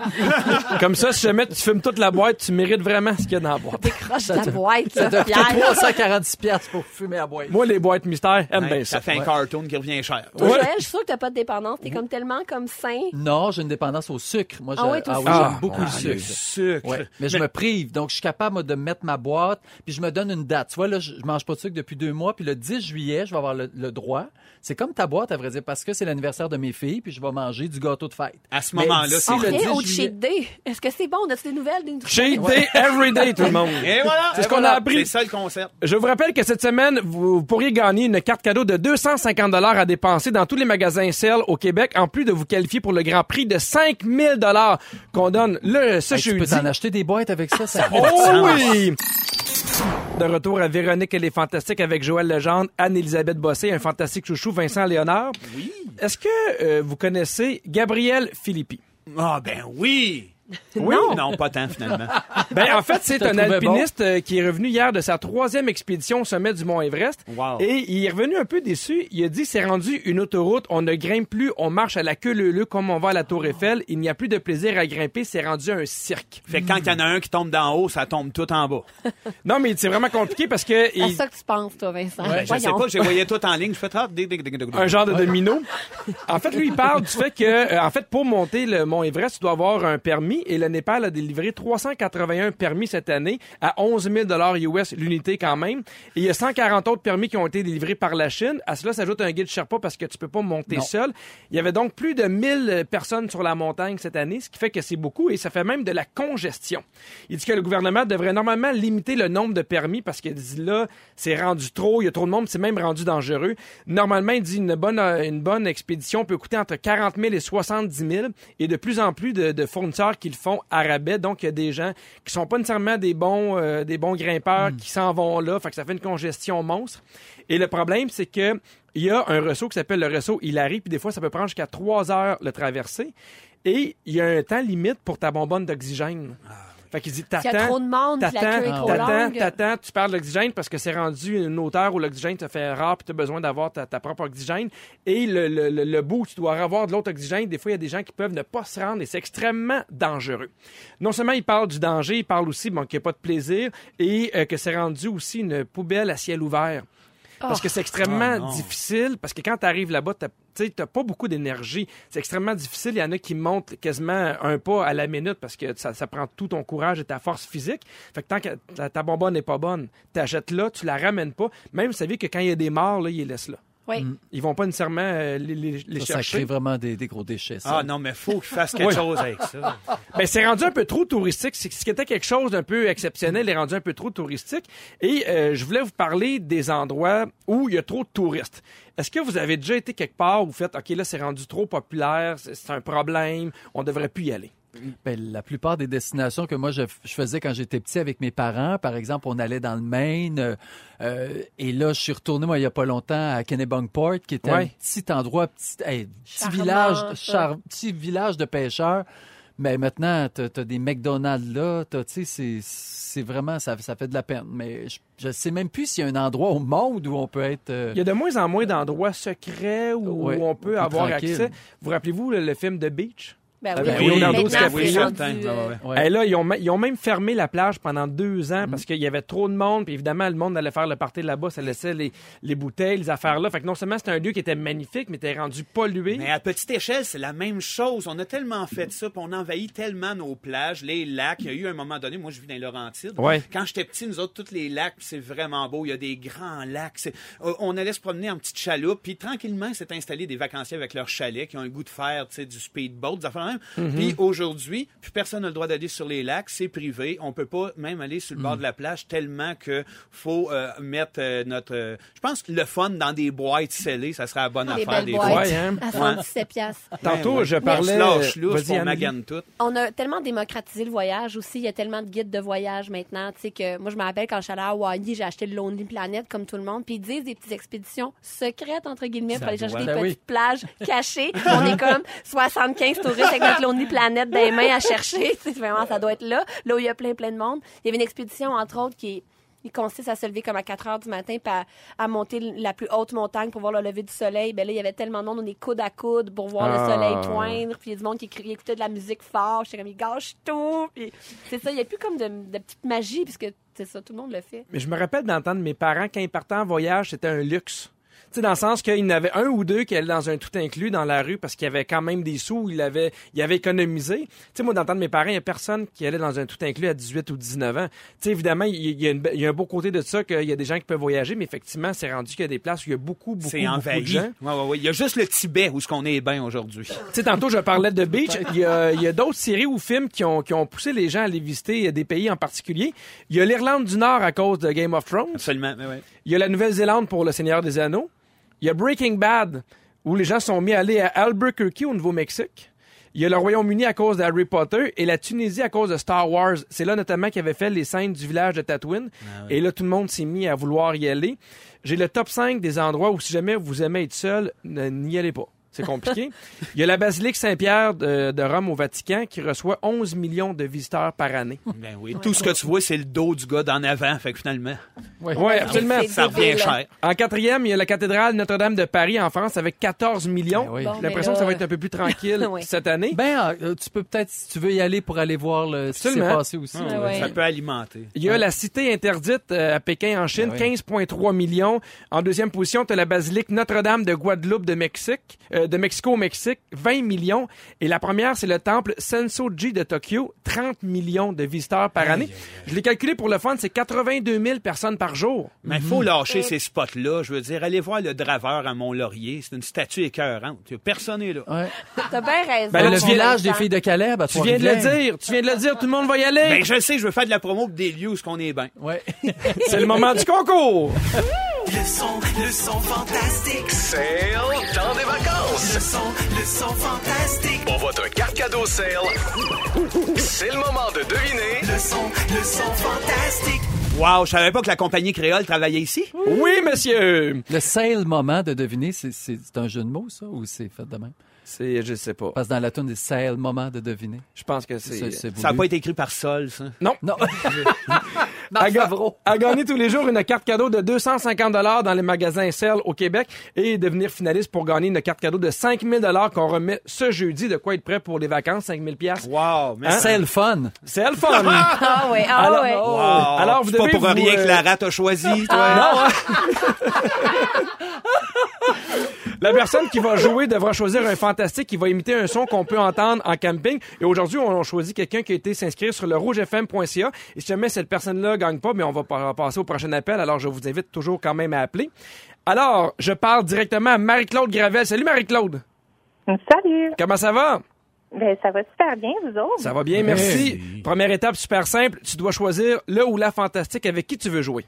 Speaker 4: Comme ça, si jamais tu fumes toute la boîte, tu mérites vraiment ce qu'il y a dans la boîte.
Speaker 6: décroche la boîte
Speaker 5: Ça te
Speaker 6: là,
Speaker 5: coûte
Speaker 6: Pierre.
Speaker 5: 346 piastres pour fumer à boîte.
Speaker 4: Moi, les boîtes mystères, aime
Speaker 3: Hein,
Speaker 4: bien
Speaker 3: ça
Speaker 4: Ben, ça.
Speaker 3: fait un cartoon qui revient cher.
Speaker 6: Toi,
Speaker 4: Ouais.
Speaker 6: Joël, je suis sûre que t'as pas de dépendance. T'es comme tellement comme sain.
Speaker 5: Non, j'ai une dépendance au sucre. Moi, je-
Speaker 6: Ah ouais, toi aussi.
Speaker 5: j'aime
Speaker 4: Ah,
Speaker 5: beaucoup
Speaker 3: Ah,
Speaker 5: le
Speaker 3: le
Speaker 5: sucre.
Speaker 3: sucre.
Speaker 5: Ouais, mais je me prive. Donc, je suis capable moi, de mettre ma boîte, puis je me donne une date. Tu vois, là, je je mange pas de sucre depuis deux mois, puis le 10 juillet, je vais avoir le, le droit. C'est comme ta boîte, à vrai dire, parce que c'est l'anniversaire de mes filles, puis je vais manger du gâteau de fête.
Speaker 3: À ce
Speaker 5: Mais
Speaker 3: moment-là,
Speaker 5: d'ici
Speaker 3: c'est
Speaker 6: On
Speaker 5: le
Speaker 6: revient
Speaker 5: 10
Speaker 6: au
Speaker 5: juillet-
Speaker 6: cheat day. Est-ce que c'est bon? On a des nouvelles d'une
Speaker 4: Cheat day every day, tout le monde.
Speaker 3: Et voilà!
Speaker 4: C'est ce
Speaker 3: et
Speaker 4: qu'on
Speaker 3: voilà.
Speaker 4: a appris.
Speaker 3: C'est ça le concept.
Speaker 4: Je vous rappelle que cette semaine, vous pourriez gagner une carte cadeau de 250 dollars à dépenser dans tous les magasins Cell au Québec, en plus de vous qualifier pour le grand prix de 5000 dollars qu'on donne le ce
Speaker 5: Hey, tu
Speaker 4: jeudi.
Speaker 5: peux t'en acheter des boîtes avec ça, ça
Speaker 4: Oh oui! De retour à Véronique et les Fantastiques avec Joël Legendre, Anne-Élisabeth Bossé, un fantastique chouchou, Vincent Léonard. Oui. Est-ce que euh, vous connaissez Gabriel Philippi?
Speaker 3: Ah, ben oui!
Speaker 4: Oui.
Speaker 3: Non. Non, pas tant, finalement.
Speaker 4: Ben, en fait, c'est
Speaker 5: T'as
Speaker 4: un
Speaker 5: trouvé
Speaker 4: alpiniste euh, qui est revenu hier de sa troisième expédition au sommet du Mont Everest.
Speaker 3: Wow.
Speaker 4: Et il est revenu un peu déçu. Il a dit, c'est rendu une autoroute. On ne grimpe plus. On marche à la queue leu leu comme on va à la Tour Eiffel. Il n'y a plus de plaisir à grimper. C'est rendu un cirque.
Speaker 3: Fait que quand il y en a un qui tombe d'en haut, ça tombe tout en bas.
Speaker 4: Non, mais c'est vraiment compliqué parce que
Speaker 6: C'est
Speaker 4: il-
Speaker 6: ça que tu penses, toi, Vincent.
Speaker 3: Ben, Je sais
Speaker 6: Voyons.
Speaker 3: pas, j'ai voyé tout en ligne, je fais ah, trop. dig, dig, dig, dig, dig.
Speaker 4: un genre de domino. En fait, lui, il parle du fait que, euh, en fait, pour monter le Mont Everest, tu dois avoir un permis et le Népal a délivré 381 permis cette année à 11 000 US l'unité quand même. Et il y a 140 autres permis qui ont été délivrés par la Chine. À cela s'ajoute un guide Sherpa parce que tu peux pas monter
Speaker 5: Non.
Speaker 4: seul. Il y avait donc plus de 1000 personnes sur la montagne cette année, ce qui fait que c'est beaucoup et ça fait même de la congestion. Il dit que le gouvernement devrait normalement limiter le nombre de permis parce qu'il dit là, c'est rendu trop, il y a trop de monde, c'est même rendu dangereux. Normalement, il dit une bonne, euh, une bonne expédition peut coûter entre 40 000 et 70 000 et de plus en plus de, de fournisseurs qui le font à rabais. Donc, il y a des gens qui sont pas nécessairement des bons, euh, des bons grimpeurs qui s'en vont là. Fait que ça fait une congestion monstre. Et le problème, c'est que il y a un réseau qui s'appelle le réseau Hilary, puis des fois, ça peut prendre jusqu'à trois heures le traverser. Et il y a un temps limite pour ta bonbonne d'oxygène. Fait qu'il dit
Speaker 6: Il y a trop
Speaker 4: t'attends.
Speaker 6: de monde, puis la queue est
Speaker 4: T'attends,
Speaker 6: trop
Speaker 4: t'attends,
Speaker 6: longue.
Speaker 4: t'attends, tu perds de l'oxygène parce que c'est rendu une hauteur où l'oxygène te fait rare puis t'as besoin d'avoir ta, ta propre oxygène. Et le, le, le- le bout où tu dois avoir de l'autre oxygène, des fois, il y a des gens qui peuvent ne pas se rendre et c'est extrêmement dangereux. Non seulement il parle du danger, il parle aussi bon, qu'il n'y a pas de plaisir et euh, que c'est rendu aussi une poubelle à ciel ouvert. Parce que c'est extrêmement
Speaker 3: Oh non.
Speaker 4: difficile, parce que quand tu arrives là-bas, t'as- tu n'as pas beaucoup d'énergie. C'est extrêmement difficile. Il y en a qui montent quasiment un pas à la minute parce que ça, ça prend tout ton courage et ta force physique. Fait que tant que ta, ta bonbonne n'est pas bonne, tu là, tu la ramènes pas. Même, vous savez que quand il y a des morts, là, ils les laissent là.
Speaker 6: Oui.
Speaker 4: Ils vont pas nécessairement euh, les, les- les
Speaker 5: Ça, ça crée
Speaker 4: chercher.
Speaker 5: vraiment des, des gros déchets. ça.
Speaker 3: Ah non, mais faut qu'il fasse quelque chose avec ça.
Speaker 4: Ben, c'est rendu un peu trop touristique. C'est- Ce qui était quelque chose d'un peu exceptionnel est rendu un peu trop touristique. Et euh, je voulais vous parler des endroits où il y a trop de touristes. Est-ce que vous avez déjà été quelque part où vous faites, OK, là, c'est rendu trop populaire, c'est c'est un problème, on devrait plus y aller?
Speaker 5: Ben, la plupart des destinations que moi je, je faisais quand j'étais petit avec mes parents, par exemple, on allait dans le Maine. euh, euh, et là, je suis retourné, moi, il n'y a pas longtemps, à Kennebunkport, qui était un
Speaker 4: Ouais.
Speaker 5: petit endroit, petit, hey, petit,
Speaker 6: Charmant,
Speaker 5: village,
Speaker 6: ça.
Speaker 5: char- petit village de pêcheurs. Mais maintenant, tu as, des McDonald's là, t'as- tu sais, c'est- c'est vraiment, ça, ça fait de la peine. Mais je- je sais même plus s'il y a un endroit au monde où on peut être... euh,
Speaker 4: Il y a de moins en moins d'endroits secrets où,
Speaker 5: Ouais,
Speaker 4: on peut
Speaker 5: plus
Speaker 4: avoir
Speaker 5: tranquille.
Speaker 4: accès. Vous rappelez-vous le, le film The Beach?
Speaker 6: Ben
Speaker 4: Ah
Speaker 6: oui,
Speaker 4: ben
Speaker 3: oui,
Speaker 6: Maintenant,
Speaker 3: Leonardo
Speaker 6: c'est
Speaker 3: DiCaprio,
Speaker 6: rendu,
Speaker 3: certain. Ah,
Speaker 6: euh,
Speaker 3: Ouais, Mhm. ouais, ouais.
Speaker 5: ouais.
Speaker 4: Et Eh là, ils ont, ma- ils ont même fermé la plage pendant deux ans parce qu'il y avait trop de monde. Puis évidemment, le monde allait faire le party là-bas. Ça laissait les, les bouteilles, les affaires là. Fait que non seulement c'était un lieu qui était magnifique, mais était rendu pollué.
Speaker 3: Mais à petite échelle, c'est la même chose. On a tellement fait ça, puis on envahit tellement nos plages, les lacs. Il y a eu un moment donné, moi je vis dans les Laurentides.
Speaker 4: Ouais.
Speaker 3: Quand j'étais petit, nous autres, tous les lacs, puis c'est vraiment beau. Il y a des grands lacs. C'est- euh, On allait se promener en petite chaloupe, puis tranquillement, s'est installé des vacanciers avec leurs chalets qui ont le goût de faire tu sais, du speedboat, des affaires
Speaker 4: Mhm.
Speaker 3: de même. Puis aujourd'hui, plus personne n'a le droit d'aller sur les lacs, c'est privé. On peut pas même aller sur le
Speaker 4: Mm.
Speaker 3: bord de la plage tellement que faut euh, mettre euh, notre... euh, je pense que le fun dans des boîtes scellées, ça serait la bonne
Speaker 6: Les
Speaker 3: affaire
Speaker 6: belles
Speaker 3: des
Speaker 6: boîtes
Speaker 3: fois.
Speaker 4: Ouais, hein.
Speaker 6: à 117 piastres.
Speaker 3: Ben
Speaker 4: Tantôt, je parlais.
Speaker 3: On se lâche lousse,
Speaker 4: Vas-y,
Speaker 3: puis on
Speaker 4: Anne-Marie.
Speaker 3: magane tout.
Speaker 6: On a tellement démocratisé le voyage aussi. Il y a tellement de guides de voyage maintenant. Tu sais que moi, je me rappelle quand je suis allée à Hawaii, j'ai acheté le Lonely Planet comme tout le monde. Puis ils disent des petites expéditions secrètes, entre guillemets, pour aller chercher des
Speaker 5: Ben oui.
Speaker 6: petites plages cachées. On est comme 75 touristes avec notre Lonely Planet dans les mains à chercher. C'est vraiment, ça doit être là. Là où il y a plein, plein de monde. Il y avait une expédition, entre autres, qui il consiste à se lever comme à 4 heures du matin puis à, à monter la plus haute montagne pour voir le lever du soleil. Ben là, il y avait tellement de monde, on est coude à coude pour voir le
Speaker 4: Ah.
Speaker 6: soleil poindre rire, puis il y a du monde qui crie, écoutait de la musique fort, j'étais comme, il gâche tout, puis c'est ça, il n'y a plus comme de, de petite magie, puisque c'est ça, tout le monde le fait.
Speaker 4: Mais je me rappelle d'entendre mes parents quand ils partaient en voyage, c'était un luxe. Tu sais, dans le sens qu'il y en avait un ou deux qui allaient dans un tout inclus dans la rue parce qu'il y avait quand même des sous, il avait, il avait économisé. Tu sais, moi, d'entendre mes parents, il n'y a personne qui allait dans un tout inclus à 18 ou 19 ans. Tu sais, évidemment, il y, il y a une be- il y a un beau côté de ça qu'il y a des gens qui peuvent voyager, mais effectivement, c'est rendu qu'il y a des places où il y a beaucoup, beaucoup,
Speaker 3: C'est
Speaker 4: beaucoup de
Speaker 3: envahi.
Speaker 4: gens.
Speaker 3: Ouais, ouais, ouais. Il y a juste le Tibet où ce qu'on est bien aujourd'hui.
Speaker 4: Tu sais, tantôt, je parlais de Beach. Il y a, il y a d'autres séries ou films qui ont, qui ont poussé les gens à aller visiter des pays en particulier. Il y a l'Irlande du Nord à cause de Game of Thrones.
Speaker 3: Absolument. mais ouais.
Speaker 4: Il y a la Nouvelle-Zélande pour Le Seigneur des Anneaux. Il y a Breaking Bad, où les gens sont mis à aller à Albuquerque, au Nouveau-Mexique. Il y a le Royaume-Uni à cause d'Harry Potter et la Tunisie à cause de Star Wars. C'est là notamment qu'ils avaient fait les scènes du village de Tatooine. Et là, tout le monde s'est mis à vouloir y aller. J'ai le top 5 des endroits où si jamais vous aimez être seul, ne- n'y allez pas. C'est compliqué. Il y a la basilique Saint-Pierre de, de Rome au Vatican qui reçoit 11 millions de visiteurs par année.
Speaker 3: Ben oui. Tout ce que tu vois, c'est le dos du gars d'en avant. Fait que finalement,
Speaker 4: Ouais, absolument.
Speaker 6: C'est
Speaker 3: ça revient
Speaker 6: débile. hein.
Speaker 3: cher.
Speaker 4: En quatrième, il y a la cathédrale Notre-Dame de Paris en France avec 14 millions.
Speaker 5: Ben oui.
Speaker 6: Bon,
Speaker 4: J'ai l'impression
Speaker 6: mais
Speaker 4: que ça
Speaker 6: là,
Speaker 4: va être un peu plus tranquille
Speaker 6: Oui.
Speaker 4: cette année.
Speaker 5: Ben, euh, tu peux peut-être, si tu veux y aller pour aller voir le, ce qui s'est
Speaker 4: Absolument.
Speaker 5: passé aussi.
Speaker 3: Ah,
Speaker 6: ouais.
Speaker 3: Ça peut alimenter.
Speaker 4: Il y a la cité interdite euh, à Pékin en Chine,
Speaker 5: Ben oui.
Speaker 4: 15,3 millions. En deuxième position, tu as la basilique Notre-Dame de Guadeloupe de Mexique, euh, de Mexico au Mexique, 20 millions. Et la première, c'est le temple Sensoji de Tokyo, 30 millions de visiteurs par année. Je l'ai calculé pour le fun, c'est 82 000 personnes par jour.
Speaker 3: Mais il faut lâcher ces spots-là. Je veux dire, allez voir le draveur à Mont-Laurier. C'est une statue écœurante. Personne n'est là.
Speaker 5: Ouais.
Speaker 6: T'as bien raison.
Speaker 4: Ben,
Speaker 5: Euh, le
Speaker 4: tu-
Speaker 6: mon
Speaker 5: village des
Speaker 6: Vincent.
Speaker 5: filles de Calais, à
Speaker 4: Tu viens de le dire, tu viens de le dire, tout le monde va y aller.
Speaker 3: Ben, je le sais, je veux faire de la promo pour des lieux où ce qu'on est bien.
Speaker 5: Ouais.
Speaker 4: C'est le moment du concours.
Speaker 2: Le son, le son fantastique.
Speaker 7: Sale dans des vacances.
Speaker 2: Le son, le son fantastique.
Speaker 7: On vote un carte cadeau sale. C'est le moment de deviner
Speaker 2: Le son, le son fantastique.
Speaker 3: Wow, je savais pas que la compagnie créole travaillait ici.
Speaker 4: Oui, monsieur.
Speaker 5: Le seul moment de deviner, c'est- c'est c'est un jeu de mots, ça, ou c'est fait de même?
Speaker 4: C'est, je sais pas.
Speaker 5: Parce que dans la tune, c'est le moment de deviner.
Speaker 4: Je pense que
Speaker 5: Ça,
Speaker 4: c'est.
Speaker 3: Ça
Speaker 5: c'est
Speaker 3: n'a
Speaker 5: voulu.
Speaker 3: pas été écrit par Sol, ça.
Speaker 5: Non.
Speaker 4: À,
Speaker 5: Marc
Speaker 4: ga-
Speaker 5: Favreau.
Speaker 4: euh, à gagner tous les jours une carte cadeau de 250 dans les magasins Cell au Québec et devenir finaliste pour gagner une carte cadeau de 5000 qu'on remet ce jeudi. De quoi être prêt pour les vacances, 5000
Speaker 3: Wow, mais
Speaker 5: C'est le fun.
Speaker 4: C'est le fun!
Speaker 6: Ah ouais, ah
Speaker 4: Alors, euh,
Speaker 6: ouais.
Speaker 5: oh,
Speaker 3: Wow.
Speaker 4: Alors, vous
Speaker 3: C'est pas
Speaker 4: devez
Speaker 3: pour
Speaker 4: vous,
Speaker 3: rien
Speaker 4: euh,
Speaker 3: que la rate a choisi, toi.
Speaker 4: Non, hein? La personne qui va jouer devra choisir un fantastique qui va imiter un son qu'on peut entendre en camping. Et aujourd'hui, on a choisi quelqu'un qui a été s'inscrire sur le rougefm.ca. Et si jamais cette personne-là gagne pas, mais on va pa- passer au prochain appel. Alors, je vous invite toujours quand même à appeler. Alors, je parle directement à Marie-Claude Gravel. Salut Marie-Claude.
Speaker 8: Salut.
Speaker 4: Comment ça va?
Speaker 8: Ben, ça va super bien, vous autres.
Speaker 4: Ça va bien, merci. Première étape super simple. Tu dois choisir le ou la fantastique avec qui tu veux jouer.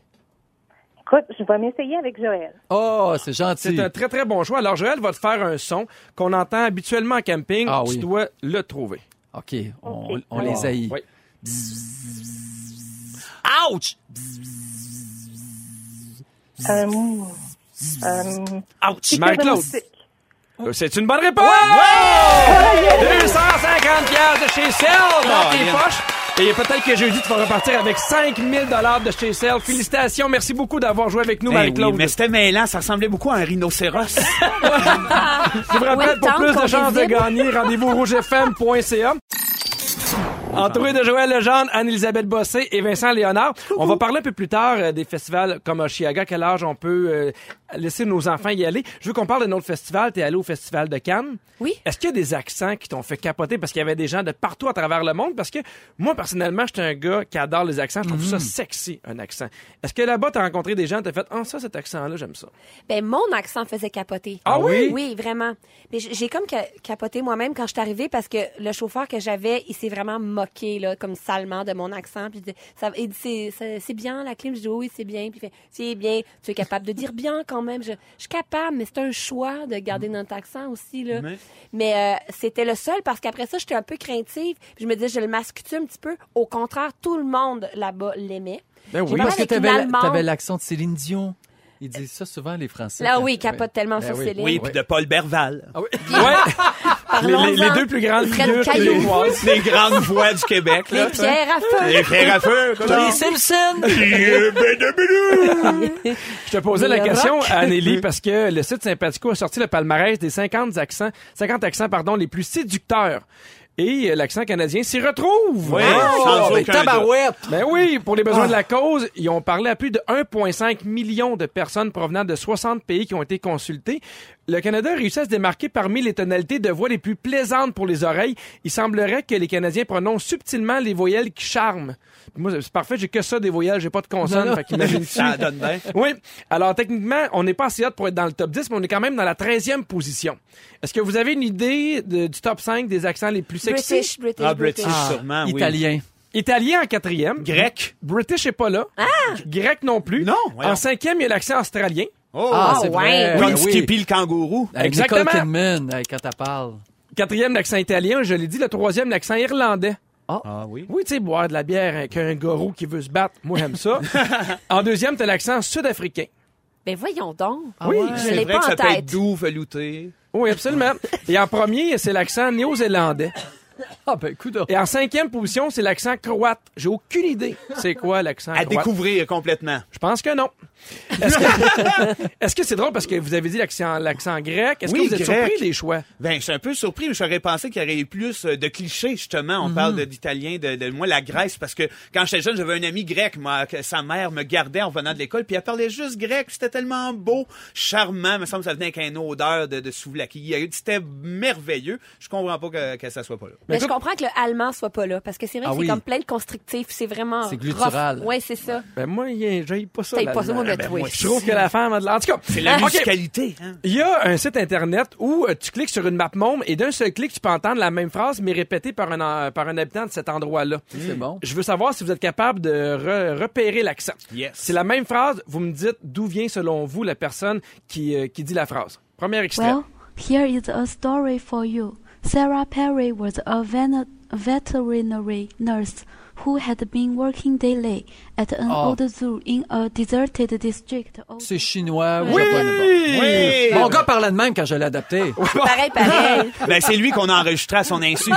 Speaker 8: Écoute, je vais m'essayer avec Joël.
Speaker 5: Oh, c'est
Speaker 4: C'est
Speaker 5: gentil.
Speaker 4: un très, très bon choix. Alors, Joël va te faire un son qu'on entend habituellement en camping.
Speaker 5: Ah
Speaker 4: Tu
Speaker 5: oui.
Speaker 4: dois le trouver. Ah,
Speaker 5: OK, on,
Speaker 8: Ok.
Speaker 5: on les
Speaker 3: Ah,
Speaker 5: haït.
Speaker 4: Oui. Ah.
Speaker 5: Ouch!
Speaker 8: Euh, euh,
Speaker 4: Ouch! Marie-Claude, Euh, c'est une bonne réponse! 250 piastres de chez Cell dans tes
Speaker 3: Caroline.
Speaker 4: poches. Et peut-être que jeudi, tu vas repartir avec 5000 de chez Cell. Félicitations. Merci beaucoup d'avoir joué avec nous,
Speaker 3: Eh
Speaker 4: Marie-Claude.
Speaker 3: oui, mais c'était mêlant, ça ressemblait beaucoup à un rhinocéros.
Speaker 4: Je vous rappelle,
Speaker 6: Ah, Oui,
Speaker 4: pour
Speaker 6: tant
Speaker 4: plus
Speaker 6: qu'on
Speaker 4: de chances de
Speaker 6: est libre.
Speaker 4: gagner, rendez-vous au rougefm.ca. Entouré de Joël Legendre, Anne-Elisabeth Bossé et Vincent Léonard, on va parler un peu plus tard euh, des festivals comme Oshiaga, quel âge on peut euh, laisser nos enfants y aller. Je veux qu'on parle de notre festival. T'es allé au festival de Cannes.
Speaker 6: Oui.
Speaker 4: Est-ce qu'il y a des accents qui t'ont fait capoter parce qu'il y avait des gens de partout à travers le monde? Parce que moi, personnellement, j'étais un gars qui adore les accents. Je trouve ça sexy, un accent. Est-ce que là-bas, t'as rencontré des gens, t'as fait, ah, ça, cet accent-là, j'aime ça.
Speaker 6: Ben, mon accent faisait capoter.
Speaker 4: Ah oui?
Speaker 6: Oui, vraiment. Mais j- j'ai comme ca- capoté moi-même quand je suis arrivée parce que le chauffeur que j'avais, il s'est vraiment moqué, là, comme salement de mon accent. Puis il dit, ça, il dit, c'est- c'est c'est bien, la clim. Je dis, oui, c'est bien. Puis il fait, c'est bien. Tu es capable de dire bien quand même. Je, je suis capable, mais c'est un choix de
Speaker 4: Mm.
Speaker 6: garder notre accent aussi, là.
Speaker 3: Mais-
Speaker 6: Mais, euh, c'était le seul parce qu'après ça, j'étais un peu craintive. Puis je me disais, je le masque un petit peu. Au contraire, tout le monde là-bas l'aimait.
Speaker 4: Ben
Speaker 6: J'ai
Speaker 4: oui.
Speaker 6: parlé
Speaker 5: Parce que
Speaker 6: avec une
Speaker 5: t'avais
Speaker 6: Allemande.
Speaker 5: avais l'accent de Céline Dion. Ils disent ça souvent, les Français.
Speaker 6: Là,
Speaker 5: quand-
Speaker 6: oui, il capote tellement sur
Speaker 5: oui.
Speaker 6: Céline.
Speaker 3: Oui, puis de Paul Berval.
Speaker 5: Ah oui.
Speaker 4: Ouais. Les, les- les
Speaker 6: Parlons-en.
Speaker 4: deux plus grandes
Speaker 6: Fred
Speaker 4: figures
Speaker 6: Caillou.
Speaker 4: québécoises.
Speaker 3: Les grandes voix du Québec, là.
Speaker 6: Les pierres à feu.
Speaker 3: Les frères à feu, quoi.
Speaker 5: Simpsons!
Speaker 4: Je te posais la
Speaker 6: Les
Speaker 4: question, Anélie, parce que le site Sympatico a sorti le palmarès des 50 accents, 50 accents pardon, les plus séducteurs. Et euh, l'accent canadien s'y retrouve.
Speaker 3: Oui,
Speaker 5: Ah,
Speaker 4: Oh!
Speaker 3: Ah, sans aucun doute.
Speaker 4: Ben oui, pour les besoins de la cause, ils ont parlé à plus de 1,5 million de personnes provenant de 60 pays qui ont été consultés. Le Canada réussit à se démarquer parmi les tonalités de voix les plus plaisantes pour les oreilles. Il semblerait que les Canadiens prononcent subtilement les voyelles qui charment. Moi, c'est parfait, j'ai que ça des voyelles, j'ai pas de consonnes,
Speaker 5: Non, Ah, non.
Speaker 4: fait qu'imagine-tu.
Speaker 3: Ça donne bien.
Speaker 4: Oui. Alors, techniquement, on n'est pas assez hot pour être dans le top 10, mais on est quand même dans la 13e position. Est-ce que vous avez une idée de- du top 5 des accents les plus sexy?
Speaker 6: British, British,
Speaker 3: Ah,
Speaker 6: British.
Speaker 3: British, sûrement, oui.
Speaker 5: Italien.
Speaker 4: Italien en quatrième.
Speaker 3: Grec.
Speaker 4: British est pas là.
Speaker 6: Ah!
Speaker 4: Grec non plus.
Speaker 3: Non, voyons.
Speaker 4: En cinquième, il y a l'accent australien. Euh,
Speaker 3: Oh,
Speaker 5: Ah,
Speaker 6: Ah,
Speaker 5: c'est
Speaker 6: ouais.
Speaker 5: vrai.
Speaker 3: Comme
Speaker 5: Ben
Speaker 3: Skippy le kangourou.
Speaker 5: Avec
Speaker 4: Exactement.
Speaker 5: Nicole Kidman, hey, quand elle parle.
Speaker 4: Quatrième, l'accent italien. Je l'ai dit. Le troisième, l'accent irlandais.
Speaker 3: Ah oui.
Speaker 4: Oui, tu sais, boire de la bière avec un gorou qui veut se battre. Moi, j'aime ça. en deuxième, t'as l'accent sud-africain.
Speaker 6: Ben voyons donc.
Speaker 5: Ah Oui, ouais.
Speaker 6: je
Speaker 3: C'est
Speaker 6: l'ai
Speaker 3: vrai
Speaker 6: pas
Speaker 3: que
Speaker 6: en
Speaker 3: ça peut être
Speaker 6: tête.
Speaker 3: doux, velouté.
Speaker 4: Oui, absolument. Et en premier, c'est l'accent néo-zélandais.
Speaker 5: Ah, ben, coup
Speaker 4: Et en cinquième position, c'est l'accent croate. J'ai aucune idée. C'est quoi l'accent
Speaker 3: À
Speaker 4: croate?
Speaker 3: découvrir complètement.
Speaker 4: Je pense que non. Est-ce que est-ce que c'est drôle parce que vous avez dit l'accent, l'accent grec? Est-ce
Speaker 3: Oui,
Speaker 4: que vous êtes
Speaker 3: grec.
Speaker 4: surpris des choix?
Speaker 3: Ben, je suis un peu surpris, mais j'aurais pensé qu'il y aurait eu plus euh, de clichés, justement. On parle de- d'italien, de, de- moi, la Grèce, parce que quand j'étais jeune, j'avais un ami grec, moi, que sa mère me gardait en venant de l'école, puis elle parlait juste grec, puis c'était tellement beau, charmant, me semble que ça venait avec une odeur de, de souvlaki. C'était merveilleux. Je comprends pas que, que ça soit pas là.
Speaker 6: Mais je comprends que le allemand soit pas là, parce que c'est vrai que
Speaker 5: Ah
Speaker 6: c'est
Speaker 5: oui.
Speaker 6: comme plein de constrictifs. C'est vraiment.
Speaker 5: C'est gluttural.
Speaker 6: Oui, c'est ça.
Speaker 4: Ben moi, y- j'aille pas ça.
Speaker 6: T'as pas ça,
Speaker 4: l'allemand.
Speaker 6: moi, le
Speaker 4: Ben,
Speaker 6: twist.
Speaker 4: Je trouve que la femme a de l'art. En tout cas, Ah,
Speaker 3: C'est la
Speaker 4: OK.
Speaker 3: musicalité, hein?
Speaker 4: Il y a un site internet où euh, tu cliques sur une map monde et d'un seul clic, tu peux entendre la même phrase mais répétée par un, euh, par un habitant de cet endroit-là.
Speaker 5: C'est bon.
Speaker 4: Je veux savoir si vous êtes capable de re- repérer l'accent.
Speaker 3: Yes.
Speaker 4: C'est la même phrase, vous me dites d'où vient selon vous la personne qui, euh, qui dit la phrase. Premier extrait.
Speaker 9: Well, here is a story for you. Sarah Perry was a ven- veterinary nurse who had been working daily at an
Speaker 5: Oh.
Speaker 9: old zoo in a deserted district. of-
Speaker 5: C'est chinois ou
Speaker 9: Oui!
Speaker 5: japonais. Bon. Mon gars parlait de même quand je l'ai adapté.
Speaker 6: Pareil, pareil.
Speaker 3: Ben, c'est lui qu'on a enregistré à son insu.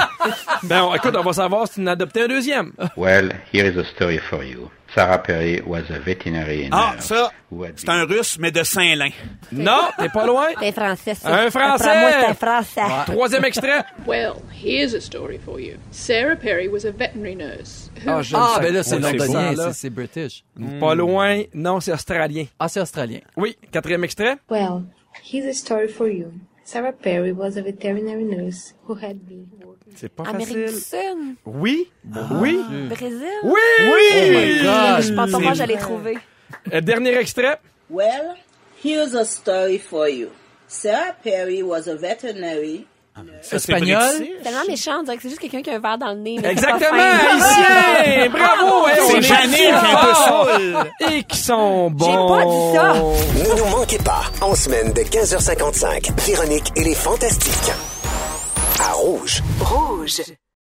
Speaker 4: Ben, on- écoute, on va savoir si tu en as adopté un deuxième.
Speaker 10: Well, here is a story for you. Sarah Perry was a veterinary
Speaker 3: Ah,
Speaker 10: nurse
Speaker 3: ça,
Speaker 10: who had
Speaker 3: c'est
Speaker 10: been-
Speaker 3: un russe, mais de Saint-Lin.
Speaker 4: Non, t'es pas loin.
Speaker 6: T'es français, ça.
Speaker 4: Un Français!
Speaker 6: Après moi, c'est un français.
Speaker 4: Troisième extrait.
Speaker 11: Well, here's a story for you. Sarah Perry was a veterinary nurse. Who...
Speaker 4: Ah,
Speaker 5: Ah, ben là, c'est
Speaker 4: Ouais,
Speaker 5: londonien,
Speaker 4: bon, ça, là.
Speaker 5: c'est- c'est british.
Speaker 4: Pas loin. Non, c'est australien.
Speaker 5: Ah, c'est australien.
Speaker 4: Oui, quatrième extrait.
Speaker 9: Well, here's a story for you. Sarah Perry was a veterinary nurse who had been working.
Speaker 4: C'est pas
Speaker 6: Amérique du Sud,
Speaker 4: Oui. Oui.
Speaker 6: Brésil.
Speaker 4: Oui.
Speaker 3: Oui!
Speaker 5: Ah. Hmm. Oh my God!
Speaker 6: Je pense pas que j'allais trouver.
Speaker 4: Euh, dernier extrait.
Speaker 2: Well, here's a story for you. Sarah Perry was a veterinary
Speaker 3: Ça, c'est
Speaker 5: Espagnol?
Speaker 3: British.
Speaker 6: Tellement méchant, on dirait que c'est juste quelqu'un qui a un verre dans le nez. mais c'est pas
Speaker 4: Exactement,
Speaker 6: fin.
Speaker 4: haïtien! Bravo!
Speaker 6: Eh
Speaker 4: hein, on
Speaker 3: C'est
Speaker 4: est
Speaker 3: Janine qui est
Speaker 4: fort.
Speaker 3: un peu saoule.
Speaker 4: Et qui Ah, sont bons!
Speaker 6: J'ai pas dit
Speaker 1: Ne nous manquez pas, en semaine de 15h55, Véronique et les Fantastiques. À Rouge.
Speaker 2: Rouge.